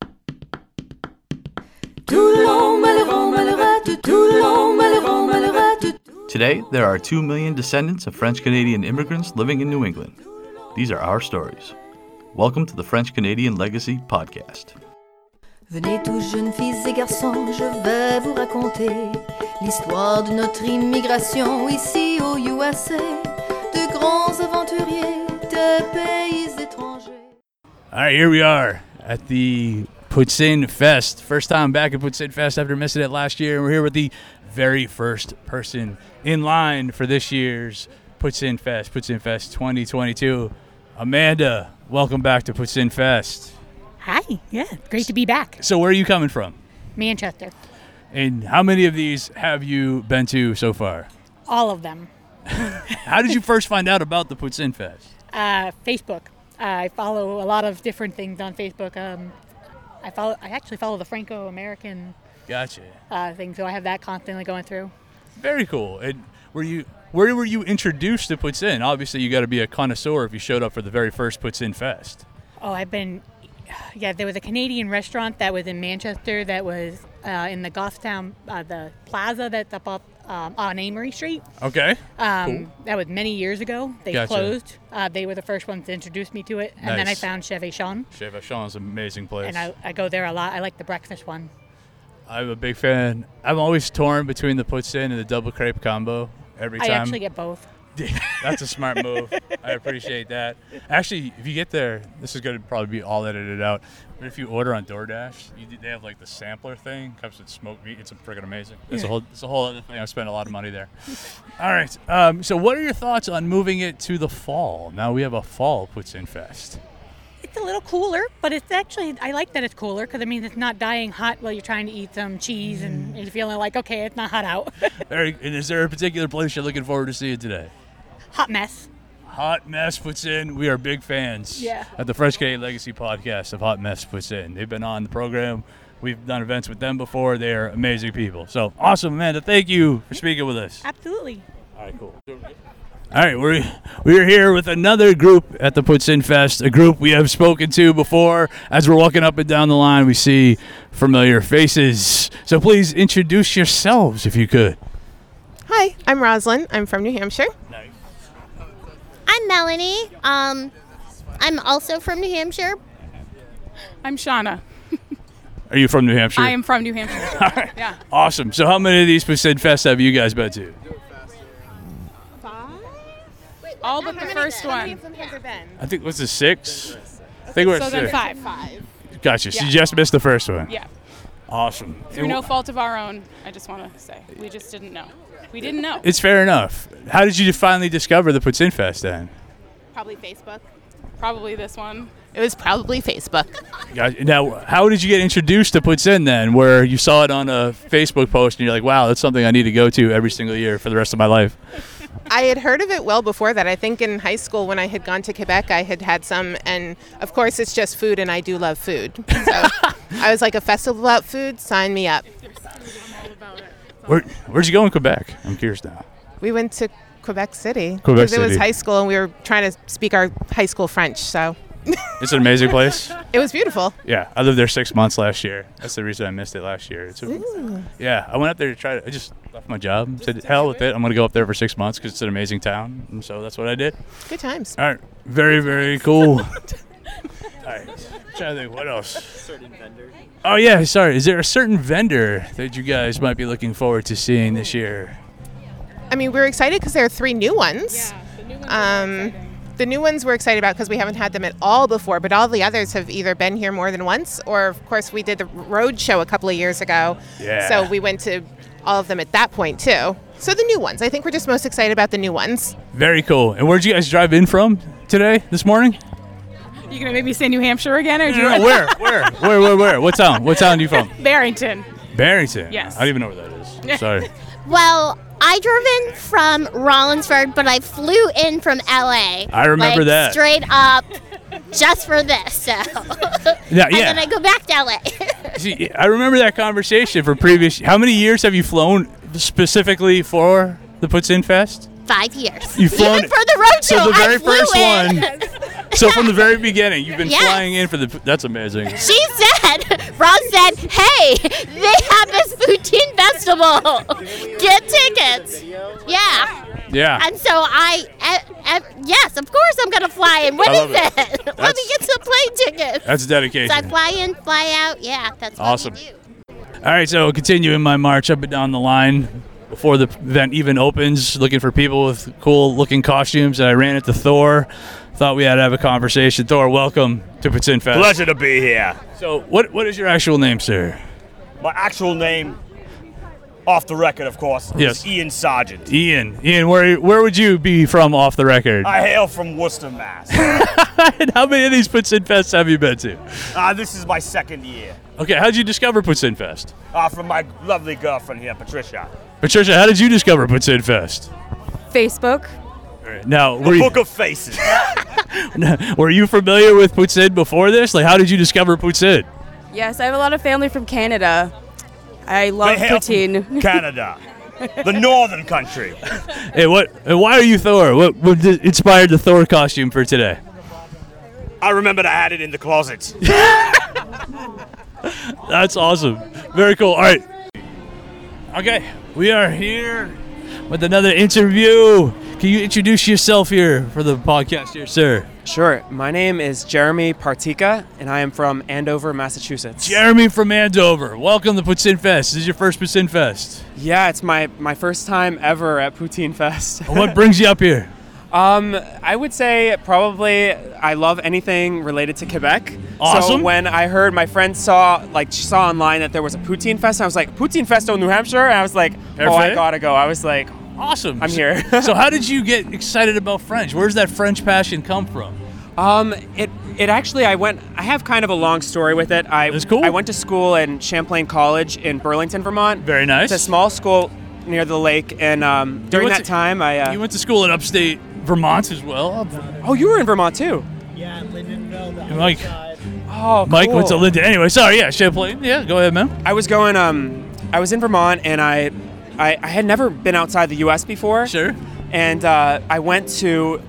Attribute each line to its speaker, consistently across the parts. Speaker 1: bah,
Speaker 2: Today, there are 2 million descendants of French Canadian immigrants living in New England. These are our stories. Welcome to the French Canadian Legacy Podcast.
Speaker 1: Venez tous jeunes filles et garçons, je vais vous raconter l'histoire de notre immigration ici au USA, de grands aventuriers de pays étrangers.
Speaker 3: All right, here we are at the Putzin Fest. First time back at Putzin Fest after missing it last year. And we're here with the very first person in line for this year's Putzin Fest, Putzin Fest 2022. Amanda, welcome back to Putzin Fest.
Speaker 4: Hi. Yeah. Great to be back.
Speaker 3: So, where are you coming from?
Speaker 4: Manchester.
Speaker 3: And how many of these have you been to so far?
Speaker 4: All of them.
Speaker 3: How did you first find out about the Putzin Fest?
Speaker 4: Uh, Facebook. I follow a lot of different things on Facebook. Um, I follow. I actually follow the Franco-American
Speaker 3: Gotcha.
Speaker 4: uh, thing, so I have that constantly going through.
Speaker 3: Very cool. And were you where were you introduced to Putzin? Obviously, you got to be a connoisseur if you showed up for the very first Putzin Fest.
Speaker 4: Oh, I've been. Yeah, there was a Canadian restaurant that was in Manchester that was uh, in the Goffstown, uh, the plaza that's up, up um, on Amory Street.
Speaker 3: Okay.
Speaker 4: Um, That was many years ago. They
Speaker 3: Gotcha.
Speaker 4: closed. Uh, they were the first ones to introduce me to it, and then I
Speaker 3: Nice.
Speaker 4: found Chevy Sean,
Speaker 3: Chez Vachon's an amazing place.
Speaker 4: and I, I go there a lot. I like the breakfast one.
Speaker 3: am a big fan. I'm always torn between the Putzin and the double crepe combo every
Speaker 4: I
Speaker 3: time.
Speaker 4: actually get both.
Speaker 3: That's a smart move. I appreciate that. Actually, if you get there, this is going to probably be all edited out. But if you order on DoorDash, you, they have like the sampler thing. Comes with smoked meat. It's freaking amazing. It's a whole. It's a whole other thing. I spent a lot of money there. All right. Um, so, what are your thoughts on moving it to the fall? Now we have a fall puts in fest.
Speaker 4: It's a little cooler, but it's actually I like that it's cooler because it means it's not dying hot while you're trying to eat some cheese and
Speaker 3: Mm.
Speaker 4: you're feeling like okay, it's not hot out.
Speaker 3: Very. And is there a particular place you're looking forward to seeing today?
Speaker 4: hot mess.
Speaker 3: Hot Mess puts in. We are big fans
Speaker 4: Yeah.
Speaker 3: at the Fresh Canadian Legacy podcast of Hot Mess puts in. They've been on the program. We've done events with them before. They are amazing people. So awesome, Amanda. Thank you for speaking with us.
Speaker 4: Absolutely.
Speaker 3: All right, cool. All right, we're we're here with another group at the Puts In Fest, a group we have spoken to before. As we're walking up and down the line, we see familiar faces. So please introduce yourselves if you could.
Speaker 5: Hi, I'm Roslyn. I'm from New Hampshire.
Speaker 6: I'm Melanie. Um, I'm also from New Hampshire.
Speaker 7: I'm Shauna.
Speaker 3: Are you from New Hampshire?
Speaker 7: I am from New Hampshire. Yeah.
Speaker 3: Awesome. So how many of these Puts In Fest have you guys been to?
Speaker 7: All but the first one.
Speaker 3: I think what's the six? I think we're
Speaker 7: So
Speaker 3: at
Speaker 7: then
Speaker 3: six.
Speaker 7: five.
Speaker 3: Gotcha. So you
Speaker 7: Yeah.
Speaker 3: just missed the first one.
Speaker 7: Yeah.
Speaker 3: Awesome.
Speaker 7: Through no fault of our own, I just want to say. We just didn't know. We didn't know.
Speaker 3: It's fair enough. How did you finally discover the Puts In Fest then?
Speaker 5: Probably Facebook.
Speaker 7: Probably this one.
Speaker 5: It was probably Facebook.
Speaker 3: Gotcha. Now, how did you get introduced to Puts In then, where you saw it on a Facebook post and you're like, wow, that's something I need to go to every single year for the rest of my life?
Speaker 5: I had heard of it well before that. I think in high school when I had gone to Quebec, I had had some, and of course it's just food, and I do love food. So I was like, a festival about food, sign me up.
Speaker 3: Where, where'd you go in Quebec? I'm curious now.
Speaker 5: We went to Quebec City
Speaker 3: Quebec
Speaker 5: it was
Speaker 3: City.
Speaker 5: high school, and we were trying to speak our high school French. So
Speaker 3: It's an amazing place.
Speaker 5: it was beautiful.
Speaker 3: Yeah, I lived there six months last year. That's the reason I missed it last year. It's a- yeah, I went up there to try to. I just left my job. Said hell with it. I'm gonna go up there for six months because it's an amazing town. And so that's what I did.
Speaker 5: Good times.
Speaker 3: All right, very very cool. All right, trying to think what else. Certain vendor. Oh yeah, sorry. Is there a certain vendor that you guys might be looking forward to seeing this year?
Speaker 5: I mean, we were excited because there are three new ones.
Speaker 7: The new
Speaker 5: Um, the new ones we're excited about because we haven't had them at all before, but all the others have either been here more than once, or of course we did the road show a couple of years ago.
Speaker 3: Yeah.
Speaker 5: So we went to all of them at that point too. So the new ones. I think we're just most excited about the new ones.
Speaker 3: Very cool. And where'd you guys drive in from today? This morning?
Speaker 7: You gonna make me say New Hampshire again, or do you
Speaker 3: No, no, where? Where? Where? Where? Where? What town? What town are you from?
Speaker 7: Barrington?
Speaker 3: Barrington.
Speaker 7: Yes.
Speaker 3: I don't even know where that is. Sorry.
Speaker 6: Well, I drove in from Rollinsford, but I flew in from LA.
Speaker 3: I remember
Speaker 6: like,
Speaker 3: that.
Speaker 6: Straight up just for this. So.
Speaker 3: Yeah.
Speaker 6: and
Speaker 3: Yeah.
Speaker 6: then I go back to LA.
Speaker 3: See, I remember that conversation from previous. How many years have you flown specifically for the Puts In Fest?
Speaker 6: Five years.
Speaker 3: You've flown-
Speaker 6: Even for the road
Speaker 3: so
Speaker 6: show.
Speaker 3: the very
Speaker 6: I flew
Speaker 3: first
Speaker 6: in.
Speaker 3: one- So from the very beginning, you've been
Speaker 6: Yes.
Speaker 3: flying in for the. That's amazing.
Speaker 6: She said
Speaker 8: Rob said, "Hey, they have this poutine festival. Get tickets." Yeah.
Speaker 3: Yeah.
Speaker 8: And so I, e- e- yes, of course I'm gonna fly in. What
Speaker 3: I
Speaker 8: is
Speaker 3: love it.
Speaker 8: it? Let me
Speaker 3: That's-
Speaker 8: get some plane tickets.
Speaker 3: That's
Speaker 8: so I
Speaker 3: dedication.
Speaker 8: fly in, fly out. Yeah, that's what we
Speaker 3: Awesome.
Speaker 8: do.
Speaker 3: All right, so continuing my march up and down the line before the event even opens, looking for people with cool looking costumes. And I ran into Thor. Thought we had to have a conversation. Thor, welcome to Pitsin Fest.
Speaker 9: Pleasure to be here.
Speaker 3: So, what what is your actual name, sir?
Speaker 9: My actual name, off the record, of course,
Speaker 3: Yes.
Speaker 9: is Ian Sargent.
Speaker 3: Ian. Ian, where where would you be from off the record?
Speaker 9: I hail from Worcester, Mass.
Speaker 3: And how many of these Pitsin Fests have you been to?
Speaker 9: uh, this is my second year.
Speaker 3: Okay, how'd you discover Pitsin Fest?
Speaker 9: Uh, from my lovely girlfriend here, Patricia.
Speaker 3: Patricia, how did you discover Pitsin Fest?
Speaker 1: Facebook.
Speaker 3: Now, were you,
Speaker 9: Book of Faces.
Speaker 3: were you familiar with Putsid before this? Like, how did you discover Putsid?
Speaker 1: Yes, I have a lot of family from Canada. I
Speaker 9: They
Speaker 1: love
Speaker 9: hail from
Speaker 1: poutine.
Speaker 9: Canada. The northern country.
Speaker 3: Hey, what? And why are you Thor? What, what di- inspired the Thor costume for today?
Speaker 9: I remembered I had it in the closet.
Speaker 3: That's awesome. Very cool. All right. Okay, we are here with another interview. Can you introduce yourself here for the podcast, here, sir?
Speaker 10: Sure. My name is Jeremy Partika, and I am from Andover, Massachusetts.
Speaker 3: Jeremy from Andover. Welcome to Putsin Fest. This is your first Putsin Fest.
Speaker 10: yeah, it's my, my first time ever at Poutine Fest.
Speaker 3: What brings you up here?
Speaker 10: um, I would say probably I love anything related to Quebec.
Speaker 3: Awesome.
Speaker 10: So when I heard my friend saw like she saw online that there was a Poutine Fest, and I was like Poutine Fest in New Hampshire, and I was like, oh, I
Speaker 3: Perfect.
Speaker 10: gotta go. I was like,
Speaker 3: Awesome.
Speaker 10: I'm here.
Speaker 3: so, how did you get excited about French? Where's that French passion come from?
Speaker 10: Um, it it actually I went I have kind of a long story with it. I
Speaker 3: That's cool.
Speaker 10: I went to school in Champlain College in Burlington, Vermont.
Speaker 3: Very nice.
Speaker 10: It's a small school near the lake, and um, during
Speaker 3: went
Speaker 10: that
Speaker 3: to-
Speaker 10: time I uh,
Speaker 3: You went to school in upstate Vermont as well.
Speaker 10: oh you were in Vermont too.
Speaker 3: Mike,
Speaker 10: Oh,
Speaker 3: Mike went to
Speaker 10: cool.
Speaker 3: Linda. Anyway, sorry. Yeah, Champlain. Yeah, go ahead, man.
Speaker 10: I was going um I was in Vermont and I I, I had never been outside the U.S. before.
Speaker 3: Sure.
Speaker 10: And uh, I went to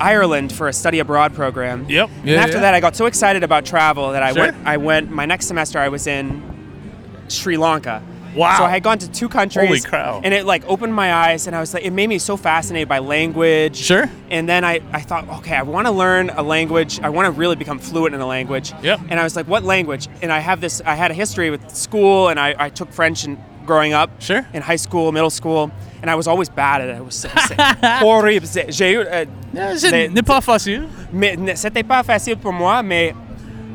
Speaker 10: Ireland for a study abroad program.
Speaker 3: Yep.
Speaker 10: And
Speaker 3: Yeah,
Speaker 10: after
Speaker 3: yeah.
Speaker 10: that, I got so excited about travel that I
Speaker 3: Sure.
Speaker 10: went. I went. My next semester, I was in Sri Lanka.
Speaker 3: Wow.
Speaker 10: So I had gone to two countries.
Speaker 3: Holy crow.
Speaker 10: And it like opened my eyes, and I was like, it made me so fascinated by language.
Speaker 3: Sure.
Speaker 10: And then I, I thought, okay, I want to learn a language. I want to really become fluent in a language.
Speaker 3: Yep.
Speaker 10: And I was like, what language? And I have this. I had a history with school, and I, I took French and growing up.
Speaker 3: Sure.
Speaker 10: In high school, middle school, and I was always bad at it. I was so horrible. J'ai eu, uh, they-
Speaker 3: N'est pas facile.
Speaker 10: mais n- c'était pas facile pour moi, mais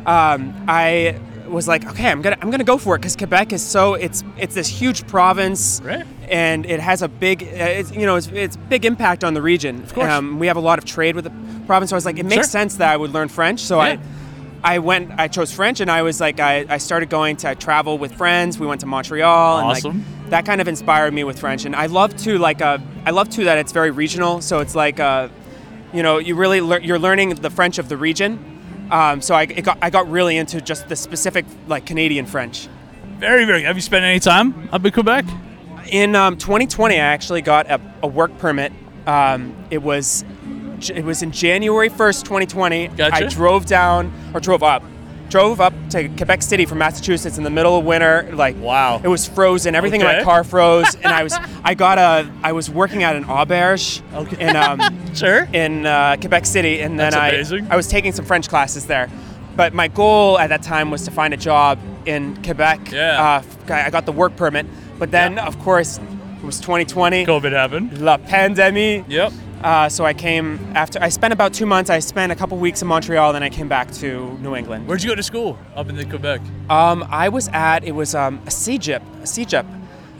Speaker 10: um, I was like, okay, I'm gonna I'm gonna go for it because Quebec is so it's it's this huge province,
Speaker 3: Right.
Speaker 10: and it has a big uh, it's, you know it's, it's big impact on the region. Of
Speaker 3: course.
Speaker 10: um, we have a lot of trade with the province, so I was like, it makes
Speaker 3: Sure.
Speaker 10: sense that I would learn French. So
Speaker 3: Yeah.
Speaker 10: I. I went. I chose French, and I was like, I, I started going to travel with friends. We went to Montreal, and
Speaker 3: Awesome.
Speaker 10: like, that kind of inspired me with French. And I love to like uh, I love too that it's very regional. So it's like uh, you know you really lear- you're learning the French of the region. Um, so I it got I got really into just the specific like Canadian French.
Speaker 3: Very, very. Have you spent any time up in Quebec?
Speaker 10: In um, 2020, I actually got a, a work permit. Um, it was j- it was in January 1st, 2020. I
Speaker 3: Gotcha.
Speaker 10: drove down or drove up. Drove up to Quebec City from Massachusetts in the middle of winter. Like
Speaker 3: Wow.
Speaker 10: it was frozen. Everything in
Speaker 3: Okay.
Speaker 10: my car froze, and I was I got a I was working at an auberge okay. in um,
Speaker 3: Sure.
Speaker 10: in uh, Quebec City, and then
Speaker 3: That's
Speaker 10: I
Speaker 3: amazing.
Speaker 10: I was taking some French classes there. But my goal at that time was to find a job in Quebec.
Speaker 3: Yeah.
Speaker 10: Uh, f- I I got the work permit, but then of course it was 2020,
Speaker 3: COVID happened.
Speaker 10: la pandemie.
Speaker 3: Yep.
Speaker 10: Uh, so I came after. I spent about two months. I spent a couple weeks in Montreal, then I came back to New England.
Speaker 3: Where'd you go to school up in the Quebec?
Speaker 10: Um, I was at it was um, a CGIP, CGIP,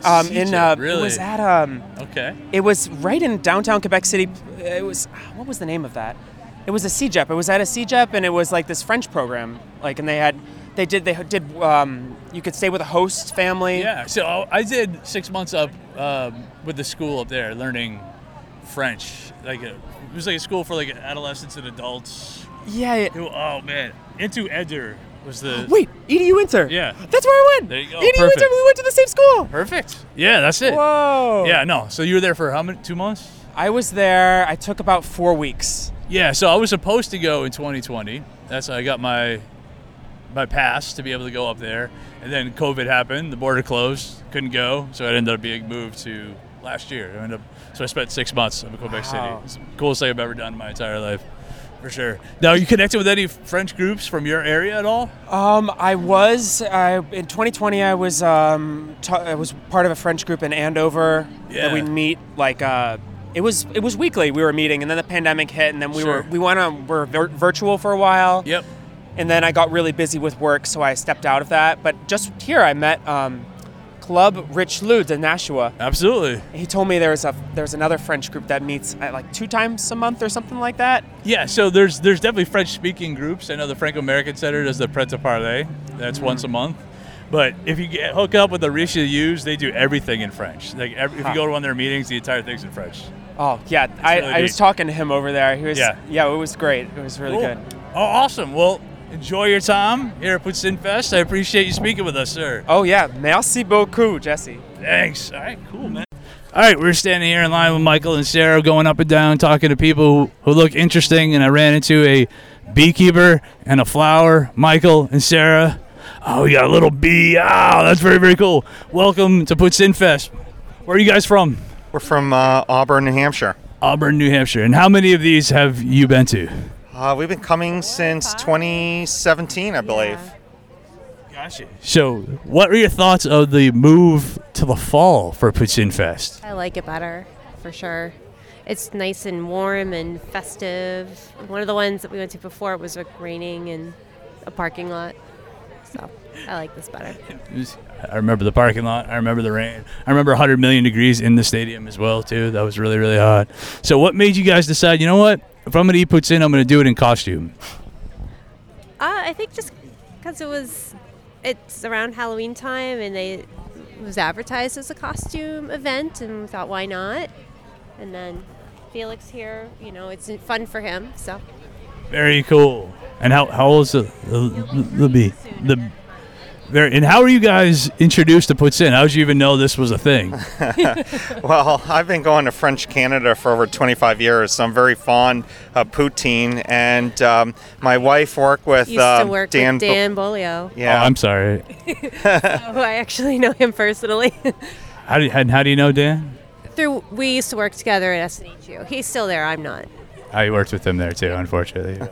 Speaker 10: um, in
Speaker 3: CGIP,
Speaker 10: uh, it
Speaker 3: really?
Speaker 10: was at um,
Speaker 3: Okay.
Speaker 10: it was right in downtown Quebec City. uh, It was ah, what was the name of that? It was a CJEP. It was at a CJEP, and it was like this French program. Like, and they had, they did, they did. Um, you could stay with a host family.
Speaker 3: Yeah. So I- I did six months up um, with the school up there, learning French. Like a, it was like a school for like adolescents and adults.
Speaker 10: Yeah. it-
Speaker 3: Who? Oh man. Into Eder was the.
Speaker 10: Wait, EDU Inter.
Speaker 3: Yeah.
Speaker 10: That's where I went.
Speaker 3: There you go.
Speaker 10: EDU
Speaker 3: Perfect.
Speaker 10: Inter. We went to the same school.
Speaker 3: Perfect. Yeah, that's it.
Speaker 10: Whoa.
Speaker 3: Yeah. No. So you were there for how many? Two months.
Speaker 10: I was there. I took about four weeks.
Speaker 3: Yeah, so I was supposed to go in 2020. That's I got my my pass to be able to go up there. And then COVID happened, the border closed, couldn't go, so it ended up being moved to last year. I ended up, so I spent six months in Quebec
Speaker 10: Wow.
Speaker 3: City. It's the coolest thing I've ever done in my entire life, for sure. Now, you connected with any French groups from your area at all?
Speaker 10: Um, I was I, in 2020. I was um, t- I was part of a French group in Andover
Speaker 3: Yeah.
Speaker 10: that we meet like uh, it was it was weekly. We were meeting, and then the pandemic hit, and then we
Speaker 3: Sure.
Speaker 10: were we went on were vir- virtual for a while.
Speaker 3: Yep.
Speaker 10: And then I got really busy with work, so I stepped out of that. But just here, I met um, Club Rich Lude in Nashua.
Speaker 3: Absolutely.
Speaker 10: He told me there's a there's another French group that meets at like two times a month or something like that.
Speaker 3: Yeah, so there's there's definitely French speaking groups. I know the Franco American Center does the Pret a Parler. That's
Speaker 10: Mm-hmm.
Speaker 3: once a month. But if you get, hook up with the Richelieus, they do everything in French. Like every, if you
Speaker 10: Huh.
Speaker 3: go to one of their meetings, the entire thing's in French.
Speaker 10: Oh yeah, I,
Speaker 3: really
Speaker 10: I was
Speaker 3: neat.
Speaker 10: talking to him over there. He was
Speaker 3: Yeah.
Speaker 10: yeah. it was great. It was really
Speaker 3: Cool.
Speaker 10: good.
Speaker 3: Oh, awesome. Well, enjoy your time here at Putsin Fest. I appreciate you speaking with us, sir.
Speaker 10: Oh yeah, merci beaucoup, Jesse.
Speaker 3: Thanks. All right, cool, man. All right, we're standing here in line with Michael and Sarah, going up and down, talking to people who, who look interesting. And I ran into a beekeeper and a flower, Michael and Sarah. Oh, we got a little bee. Ah, that's very, very cool. Welcome to Puts In Fest. Where are you guys from?
Speaker 11: We're from uh, Auburn, New Hampshire.
Speaker 3: Auburn, New Hampshire. And how many of these have you been to?
Speaker 11: Uh, we've been coming since 2017, I believe.
Speaker 3: Gotcha. So, what are your thoughts of the move to the fall for Puts In Fest?
Speaker 12: I like it better, for sure. It's nice and warm and festive. One of the ones that we went to before was like raining and a parking lot. So I like this better.
Speaker 3: It was- I remember the parking lot. I remember the rain. I remember 100 million degrees in the stadium as well too. That was really really hot. So what made you guys decide? You know what? If I'm gonna eat puts in, I'm gonna do it in costume.
Speaker 12: Uh, I think just because it was, it's around Halloween time and they it was advertised as a costume event, and we thought, why not? And then Felix here, you know, it's fun for him. So
Speaker 3: Very cool. And how how old is the the the, bee? the very, and how were you guys introduced to puts in? How did you even know this was a thing?
Speaker 11: well, I've been going to French Canada for over 25 years, so I'm very fond of poutine. And um, my wife worked with
Speaker 12: used
Speaker 11: uh,
Speaker 12: to work
Speaker 11: Dan.
Speaker 12: with
Speaker 11: Bo-
Speaker 12: Dan Bolio.
Speaker 11: yeah,
Speaker 3: Oh, I'm sorry.
Speaker 12: who I actually know him personally.
Speaker 3: How do you, and how do you know Dan?
Speaker 12: Through we used to work together at SNHU. He's still there. I'm not.
Speaker 3: I worked with him there too, unfortunately.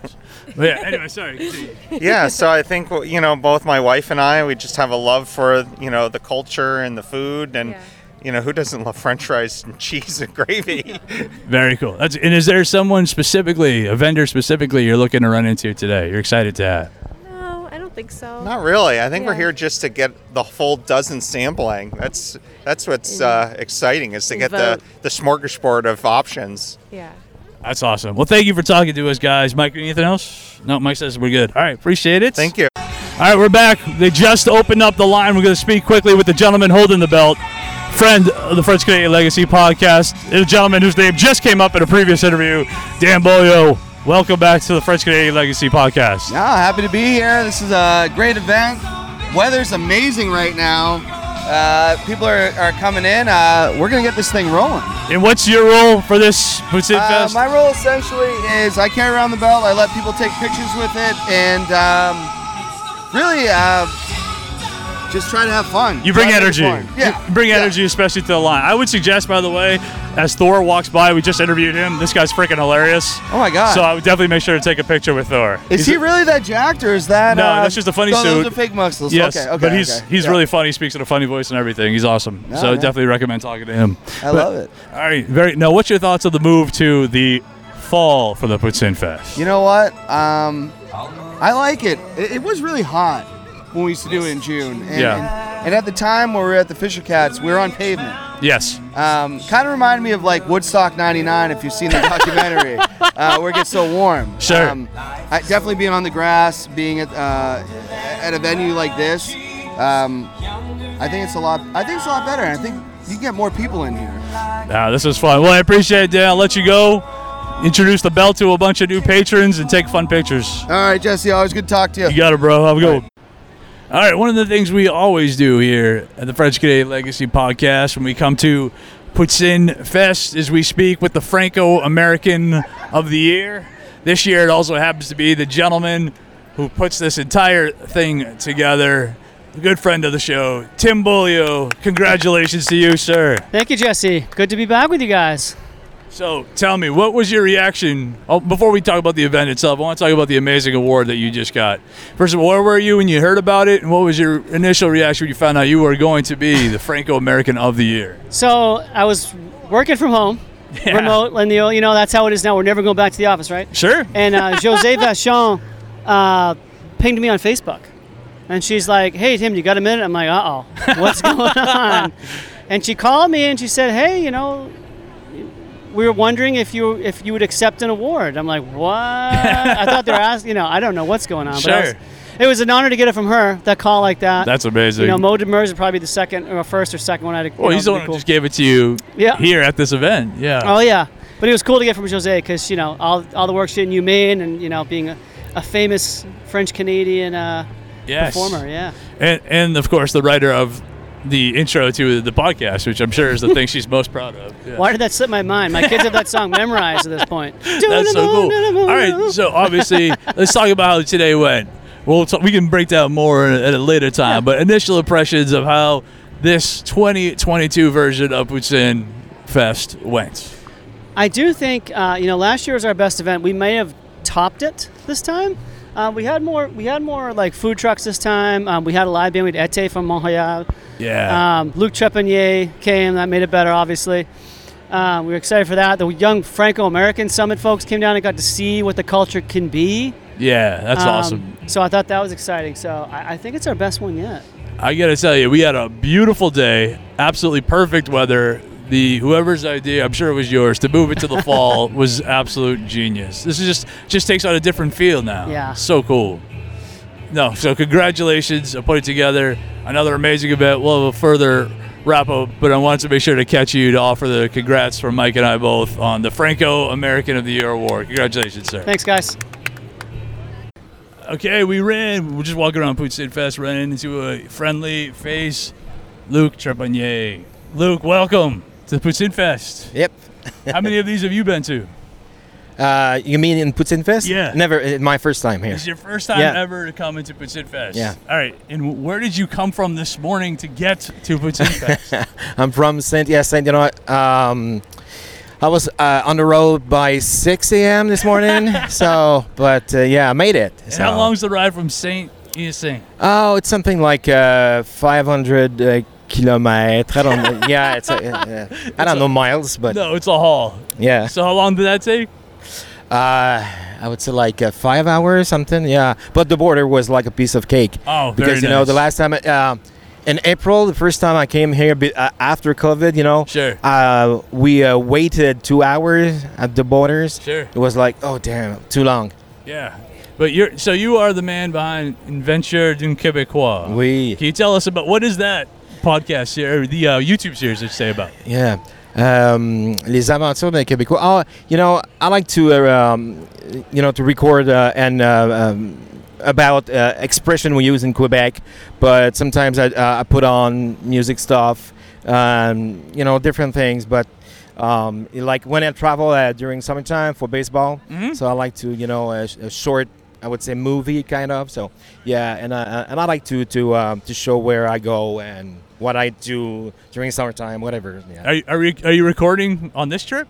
Speaker 3: But yeah. Anyway, sorry.
Speaker 11: yeah, so I think well, you know both my wife and I we just have a love for you know the culture and the food and you know who doesn't love French fries and cheese and gravy.
Speaker 3: Very cool. That's, and is there someone specifically, a vendor specifically, you're looking to run into today? You're excited to have?
Speaker 12: No, I don't think so.
Speaker 11: Not really. I think we're
Speaker 12: Yeah.
Speaker 11: here just to get the full dozen sampling. That's that's what's uh, exciting is to
Speaker 12: And
Speaker 11: get
Speaker 12: vote.
Speaker 11: the the smorgasbord of options.
Speaker 12: Yeah.
Speaker 3: That's awesome. Well, thank you for talking to us, guys. Mike, anything else? No, Mike says we're good. All right, appreciate it. Thank
Speaker 11: you.
Speaker 3: All right, we're back. They just opened up the line. We're going to speak quickly with the gentleman holding the belt, friend of the French Canadian Legacy podcast, a gentleman whose name just came up in a previous interview, Dan Boyo. Welcome back to the French Canadian Legacy podcast.
Speaker 13: Yeah, happy to be here. This is a great event. Weather's amazing right now. Uh, people are, are coming in. Uh, we're going to get this thing rolling.
Speaker 3: And what's your role for this Poutine
Speaker 13: Uh,
Speaker 3: Fest?
Speaker 13: my role essentially is I carry around the belt. I let people take pictures with it, and um, really uh, just try to have fun.
Speaker 3: You bring
Speaker 13: Try to make
Speaker 3: energy.
Speaker 13: it fun. Yeah.
Speaker 3: You bring energy, especially to the line. I would suggest, by the way, as Thor walks by, we just interviewed him. This guy's freaking hilarious.
Speaker 13: Oh my God.
Speaker 3: So I would definitely make sure to take a picture with Thor.
Speaker 13: Is he really that jacked, or is that?
Speaker 3: No,
Speaker 13: uh,
Speaker 3: that's just a funny
Speaker 13: no,
Speaker 3: suit.
Speaker 13: Those are fake muscles.
Speaker 3: Yes,
Speaker 13: okay, okay.
Speaker 3: but he's
Speaker 13: okay.
Speaker 3: he's
Speaker 13: Yeah.
Speaker 3: really funny. He speaks in a funny voice and everything. He's awesome.
Speaker 13: No,
Speaker 3: so I
Speaker 13: man.
Speaker 3: definitely recommend talking to him.
Speaker 13: I love it.
Speaker 3: All right, very. Now, what's your thoughts of the move to the fall for the Poutine Fest?
Speaker 13: You know what? Um, I like it. it. It was really hot when we used to do it in June. And,
Speaker 3: Yeah.
Speaker 13: And at the time when we were at the Fisher Cats, we were on pavement.
Speaker 3: Yes.
Speaker 13: Um, kind of reminded me of like Woodstock '99, if you've seen the documentary, uh, where it gets so warm.
Speaker 3: Sure.
Speaker 13: Um, I, definitely being on the grass, being at uh, at a venue like this, um, I think it's a lot. I think it's a lot better. and I think you can get more people in here.
Speaker 3: Ah, this is fun. Well, I appreciate it, Dan. I'll let you go. Introduce the bell to a bunch of new patrons and take fun pictures.
Speaker 13: All right, Jesse. Always good to talk to you.
Speaker 3: You got it, bro. Have a good one. All right, one of the things we always do here at the French Canadian Legacy podcast when we come to Puts In Fest is we speak with the Franco American of the Year. This year it also happens to be the gentleman who puts this entire thing together. A good friend of the show, Tim Bolio. Congratulations to you, sir.
Speaker 14: Thank you, Jesse. Good to be back with you guys.
Speaker 3: So tell me, what was your reaction? Oh, before we talk about the event itself, I want to talk about the amazing award that you just got. First of all, where were you when you heard about it, and what was your initial reaction when you found out you were going to be the Franco American of the Year?
Speaker 14: So I was working from home,
Speaker 3: Yeah.
Speaker 14: remote, and you know that's how it is now. We're never going back to the office, right?
Speaker 3: Sure.
Speaker 14: And uh, Jose Vachon uh, pinged me on Facebook, and she's like, "Hey Tim, you got a minute?" I'm like, "Uh oh, what's going on?" And she called me and she said, "Hey, you know." We were wondering if you if you would accept an award. I'm like, what? I thought they were asking. You know, I don't know what's going on. But I was-
Speaker 3: Sure.
Speaker 14: it was an honor to get it from her. That call like that.
Speaker 3: That's amazing.
Speaker 14: You know, Mo Demers would probably be the second or first or second one. I'd. you
Speaker 3: Well,
Speaker 14: know,
Speaker 3: he's the
Speaker 14: be
Speaker 3: one who
Speaker 14: cool.
Speaker 3: just gave it to you
Speaker 14: Yeah.
Speaker 3: here at this event. Yeah.
Speaker 14: Oh yeah, but it was cool to get from Jose because you know all, all the work she and you made, and you know being a, a famous French Canadian uh,
Speaker 3: Yes.
Speaker 14: performer. Yeah.
Speaker 3: And, and of course, the writer of the intro to the podcast, which I'm sure is the thing she's most proud of. Yeah.
Speaker 14: Why did that slip my mind? My kids have that song memorized at this point.
Speaker 3: That's so cool. All right, so obviously, let's talk about how today went. We'll t- we can break down more at a later time, but initial impressions of how this 2022 version of Poutine Fest went.
Speaker 14: I do think uh, you know last year was our best event. We may have topped it this time. Uh, we had more. We had more like food trucks this time. Um, we had a live band. We had Ete from Montreal.
Speaker 3: Yeah.
Speaker 14: Um, Luke Trepanier came. That made it better, obviously. Um, we were excited for that. The young Franco-American Summit folks came down and got to see what the culture can be.
Speaker 3: Yeah, that's
Speaker 14: Um,
Speaker 3: awesome.
Speaker 14: So I thought that was exciting. So I, I think it's our best one yet.
Speaker 3: I gotta tell you, we had a beautiful day, absolutely perfect weather. The whoever's idea, I'm sure it was yours, to move it to the fall was absolute genius. This is just just takes on a different feel now.
Speaker 14: Yeah.
Speaker 3: So cool. No, so congratulations. I put it together. Another amazing event. We'll have a further wrap up, but I wanted to make sure to catch you to offer the congrats from Mike and I both on the Franco American of the Year award. Congratulations, sir.
Speaker 14: Thanks, guys.
Speaker 3: Okay, we ran. We're just walking around Poutine Fest, ran into a friendly face, Luke Trepanier. Luke, welcome to Poutine Fest.
Speaker 15: Yep.
Speaker 3: How many of these have you been to?
Speaker 15: Uh, you mean in Putin Fest?
Speaker 3: Yeah.
Speaker 15: Never. It, my first time here.
Speaker 3: This is your first time
Speaker 15: Yeah.
Speaker 3: ever to come into Poutine Fest.
Speaker 15: Yeah.
Speaker 3: All right, and where did you come from this morning to get to Poutine Fest?
Speaker 15: I'm from Saint. Yeah, Saint. You know, what, um, I was uh, on the road by 6 a.m. this morning. so, but uh, yeah, I made it.
Speaker 3: And
Speaker 15: So.
Speaker 3: how long's the ride from St. Hyacinthe?
Speaker 15: Oh, it's something like uh, 500 uh, kilometers. I don't. know. yeah, it's. Uh, yeah. I don't know miles, but
Speaker 3: No, it's a haul.
Speaker 15: yeah.
Speaker 3: So how long did that take?
Speaker 15: Uh, I would say like uh, five hours, something. Yeah, but the border was like a piece of cake.
Speaker 3: Oh, very
Speaker 15: because you know the
Speaker 3: nice.
Speaker 15: last time uh, in April, the first time I came here be- uh, after COVID, you know,
Speaker 3: sure.
Speaker 15: Uh, we uh, waited two hours at the borders.
Speaker 3: Sure.
Speaker 15: It was like, oh damn, too long.
Speaker 3: Yeah. But you're so you are the man behind Inventure d'un Québécois.
Speaker 15: We.
Speaker 3: Can you tell us about what is that podcast series, the uh, YouTube series, I should say about?
Speaker 15: Yeah. Um, les aventures d'un Québécois. Oh, you know, I like to, uh, um, you know, to record uh, and uh, um, about uh, expression we use in Quebec, but sometimes I, uh, I put on music stuff, um, you know, different things. But um, like when I travel uh, during summertime for baseball, so I like to, you know, a, sh- a short, I would say, movie kind of. So yeah, and I, and I like to to um, to show where I go and what I do during summertime, whatever. Yeah.
Speaker 3: Are you, are, you, are you recording on this trip?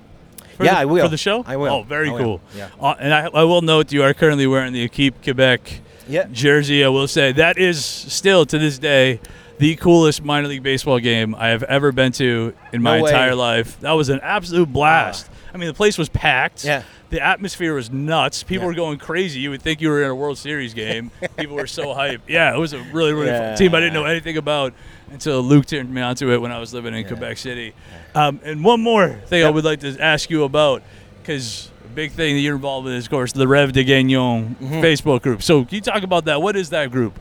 Speaker 3: For
Speaker 15: Yeah,
Speaker 3: the,
Speaker 15: I will.
Speaker 3: For the show?
Speaker 15: I will.
Speaker 3: Oh, very
Speaker 15: I will.
Speaker 3: cool.
Speaker 15: Yeah.
Speaker 3: Uh, and I, I will note you are currently wearing the Keep Quebec
Speaker 15: Yeah.
Speaker 3: jersey. I will say that is still to this day the coolest minor league baseball game I have ever been to in my
Speaker 15: No way. Ah.
Speaker 3: entire life. That was an absolute blast. I mean, the place was packed.
Speaker 15: Yeah.
Speaker 3: The atmosphere was nuts. People
Speaker 15: Yeah.
Speaker 3: were going crazy. You would think you were in a World Series game. People were so hyped. Yeah, it was a really, really fun team. I didn't know anything about until Luke turned me onto it when I was living in Quebec City. Um, and one more thing I would like to ask you about, because a big thing that you're involved with is, of course, the Rev de Gagnon Facebook group. So can you talk about that? What is that group?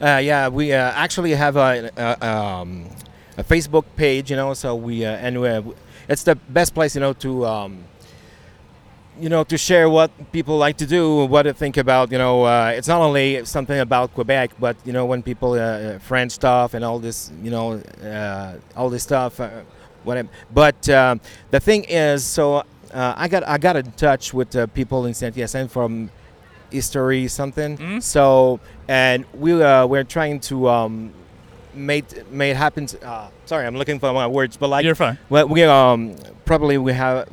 Speaker 15: Uh, yeah, we uh, actually have a, a, um, a Facebook page, you know. So we uh, and we, it's the best place, you know, to um, you know to share what people like to do, what they think about. You know, uh, it's not only something about Quebec, but you know, when people uh, uh, French stuff and all this, you know, uh, all this stuff. Uh, what I- but um the thing is, so uh, I got I got in touch with uh, people in Saint Hyacinthe from history something. So and we uh, we're trying to um, made made happen. To, uh, sorry, I'm looking for my words, but like
Speaker 3: You're fine.
Speaker 15: Well, we um probably we have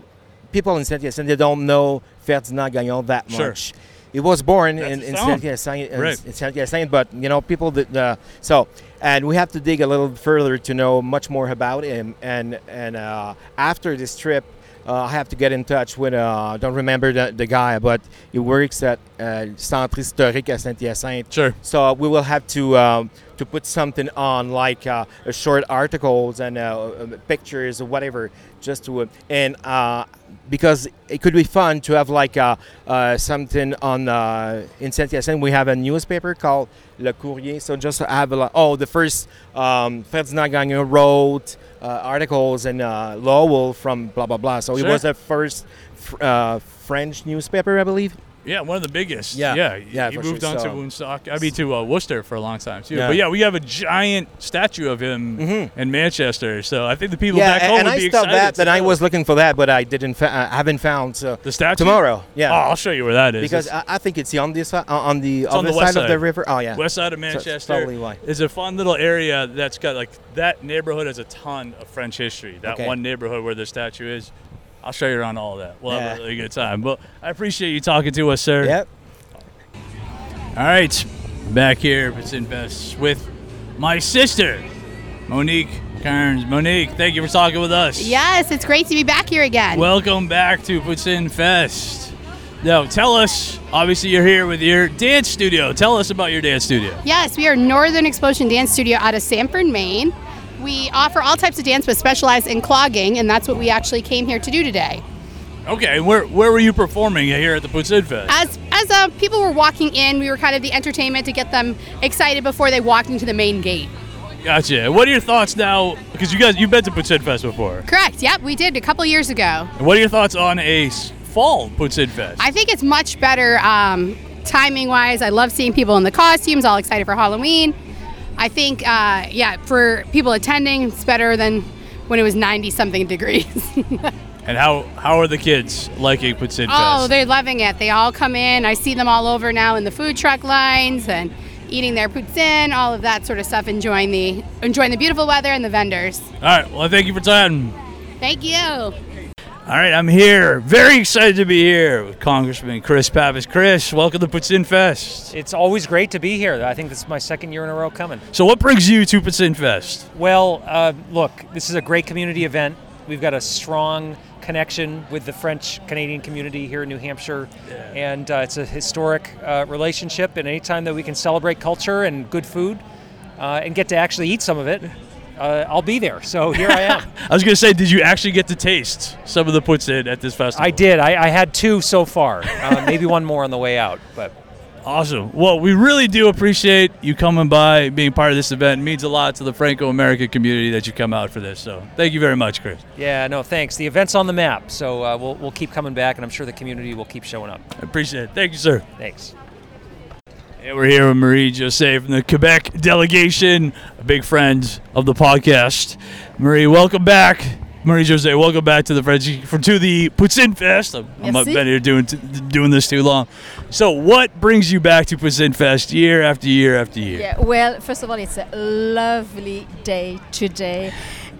Speaker 15: people in Saint Hyacinthe they don't know Ferdinand Gagnon that
Speaker 3: Sure.
Speaker 15: much. It was born in,
Speaker 3: the
Speaker 15: in
Speaker 3: song.
Speaker 15: Saint Hyacinthe, in
Speaker 3: Right.
Speaker 15: Saint Hyacinthe, but you know people that uh, so and we have to dig a little further to know much more about him. And and uh, after this trip. Uh, I have to get in touch with, uh, I don't remember the, the guy, but he works at uh, Centre Historique à Saint-Hyacinthe.
Speaker 3: Sure.
Speaker 15: So we will have to um, to put something on like uh, a short articles and uh, um, pictures or whatever, just to uh, and uh, because it could be fun to have like uh, uh, something on uh, in Saint Hyacinthe. We have a newspaper called Le Courrier, so just to have a lot. Oh, the first um, Ferdinand Gagnon wrote uh, articles in uh, Lowell from blah blah blah. So it
Speaker 3: Sure.
Speaker 15: was the first fr- uh, French newspaper, I believe.
Speaker 3: Yeah, one of the biggest.
Speaker 15: Yeah.
Speaker 3: yeah,
Speaker 15: Yeah,
Speaker 3: He
Speaker 15: for
Speaker 3: moved
Speaker 15: sure.
Speaker 3: on to
Speaker 15: So-
Speaker 3: Woonsock. I mean, to uh, Worcester for a long time too.
Speaker 15: Yeah. Mm-hmm.
Speaker 3: But yeah, we have a giant statue of him in Manchester. So I think the people back
Speaker 15: a-
Speaker 3: home
Speaker 15: and
Speaker 3: would
Speaker 15: I
Speaker 3: be
Speaker 15: saw
Speaker 3: excited.
Speaker 15: that,
Speaker 3: to
Speaker 15: and I
Speaker 3: know.
Speaker 15: was looking for that, but I didn't. Fa- I haven't found so
Speaker 3: the statue
Speaker 15: tomorrow. Yeah,
Speaker 3: Oh, I'll show you where that is.
Speaker 15: because
Speaker 3: It's-
Speaker 15: I, I think it's on this si- uh, on the
Speaker 3: It's on
Speaker 15: other
Speaker 3: the west
Speaker 15: side, of the river. Oh yeah,
Speaker 3: west side of
Speaker 15: So that's
Speaker 3: Manchester.
Speaker 15: probably why.
Speaker 3: It's a fun little area that's got like that neighborhood has a ton of French history. That
Speaker 15: Okay.
Speaker 3: one neighborhood where the statue is. I'll show you around all of that. We'll have a
Speaker 15: Yeah.
Speaker 3: really good time. But I appreciate you talking to us, sir.
Speaker 15: Yep.
Speaker 3: All right, back here at Invest with my sister, Monique Kearns. Monique, thank you for talking with us.
Speaker 16: Yes, it's great to be back here again.
Speaker 3: Welcome back to Puts In Fest. Now, tell us. Obviously, you're here with your dance studio. Tell us about your dance studio.
Speaker 16: Yes, we are Northern Explosion Dance Studio out of Sanford, Maine. We offer all types of dance but specialize in clogging, and that's what we actually came here to do today.
Speaker 3: Okay, and where where were you performing here at the Puts In Fest?
Speaker 16: As as uh, people were walking in, we were kind of the entertainment to get them excited before they walked into the main gate.
Speaker 3: Gotcha. What are your thoughts now? Because you guys you've been to Puts In Fest before.
Speaker 16: Correct. Yep, we did a couple years ago.
Speaker 3: And what are your thoughts on a s- fall Puts In Fest?
Speaker 16: I think it's much better um, timing wise. I love seeing people in the costumes, all excited for Halloween. I think, uh, yeah, for people attending, it's better than when it was 90 something degrees.
Speaker 3: and how how are the kids liking Puts In
Speaker 16: Oh,
Speaker 3: Fest?
Speaker 16: they're loving it. They all come in. I see them all over now in the food truck lines and eating their poutine, all of that sort of stuff, enjoying the enjoying the beautiful weather and the vendors.
Speaker 3: All right. Well, thank you for time.
Speaker 16: Thank you.
Speaker 3: All right, I'm here. Very excited to be here with Congressman Chris Pappas. Chris, welcome to Puts In Fest.
Speaker 17: It's always great to be here. I think this is my second year in a row coming.
Speaker 3: So, what brings you to Puts In Fest?
Speaker 17: Well, uh, look, this is a great community event. We've got a strong connection with the French Canadian community here in New Hampshire, and uh, it's a historic uh, relationship. And anytime that we can celebrate culture and good food uh, and get to actually eat some of it, uh, I'll be there. So here I am.
Speaker 3: I was going to say, did you actually get to taste some of the Puts In at this festival?
Speaker 17: I did. I, I had two so far. Uh, maybe one more on the way out, but.
Speaker 3: Awesome. Well, we really do appreciate you coming by, being part of this event. It means a lot to the Franco American community that you come out for this. So, thank you very much, Chris.
Speaker 17: Yeah, no, thanks. The event's on the map, so uh, we'll, we'll keep coming back, and I'm sure the community will keep showing up. I
Speaker 3: appreciate it. Thank you, sir.
Speaker 17: Thanks.
Speaker 3: And we're here with Marie Jose from the Quebec delegation, a big friend of the podcast. Marie, welcome back. Marie Jose, welcome back to the French from to the Puts In Fest. I'm, I'm not
Speaker 18: Merci.
Speaker 3: been here doing t- doing this too long. So, what brings you back to Puts In Fest year after year after year?
Speaker 18: Yeah, well, first of all, it's a lovely day today.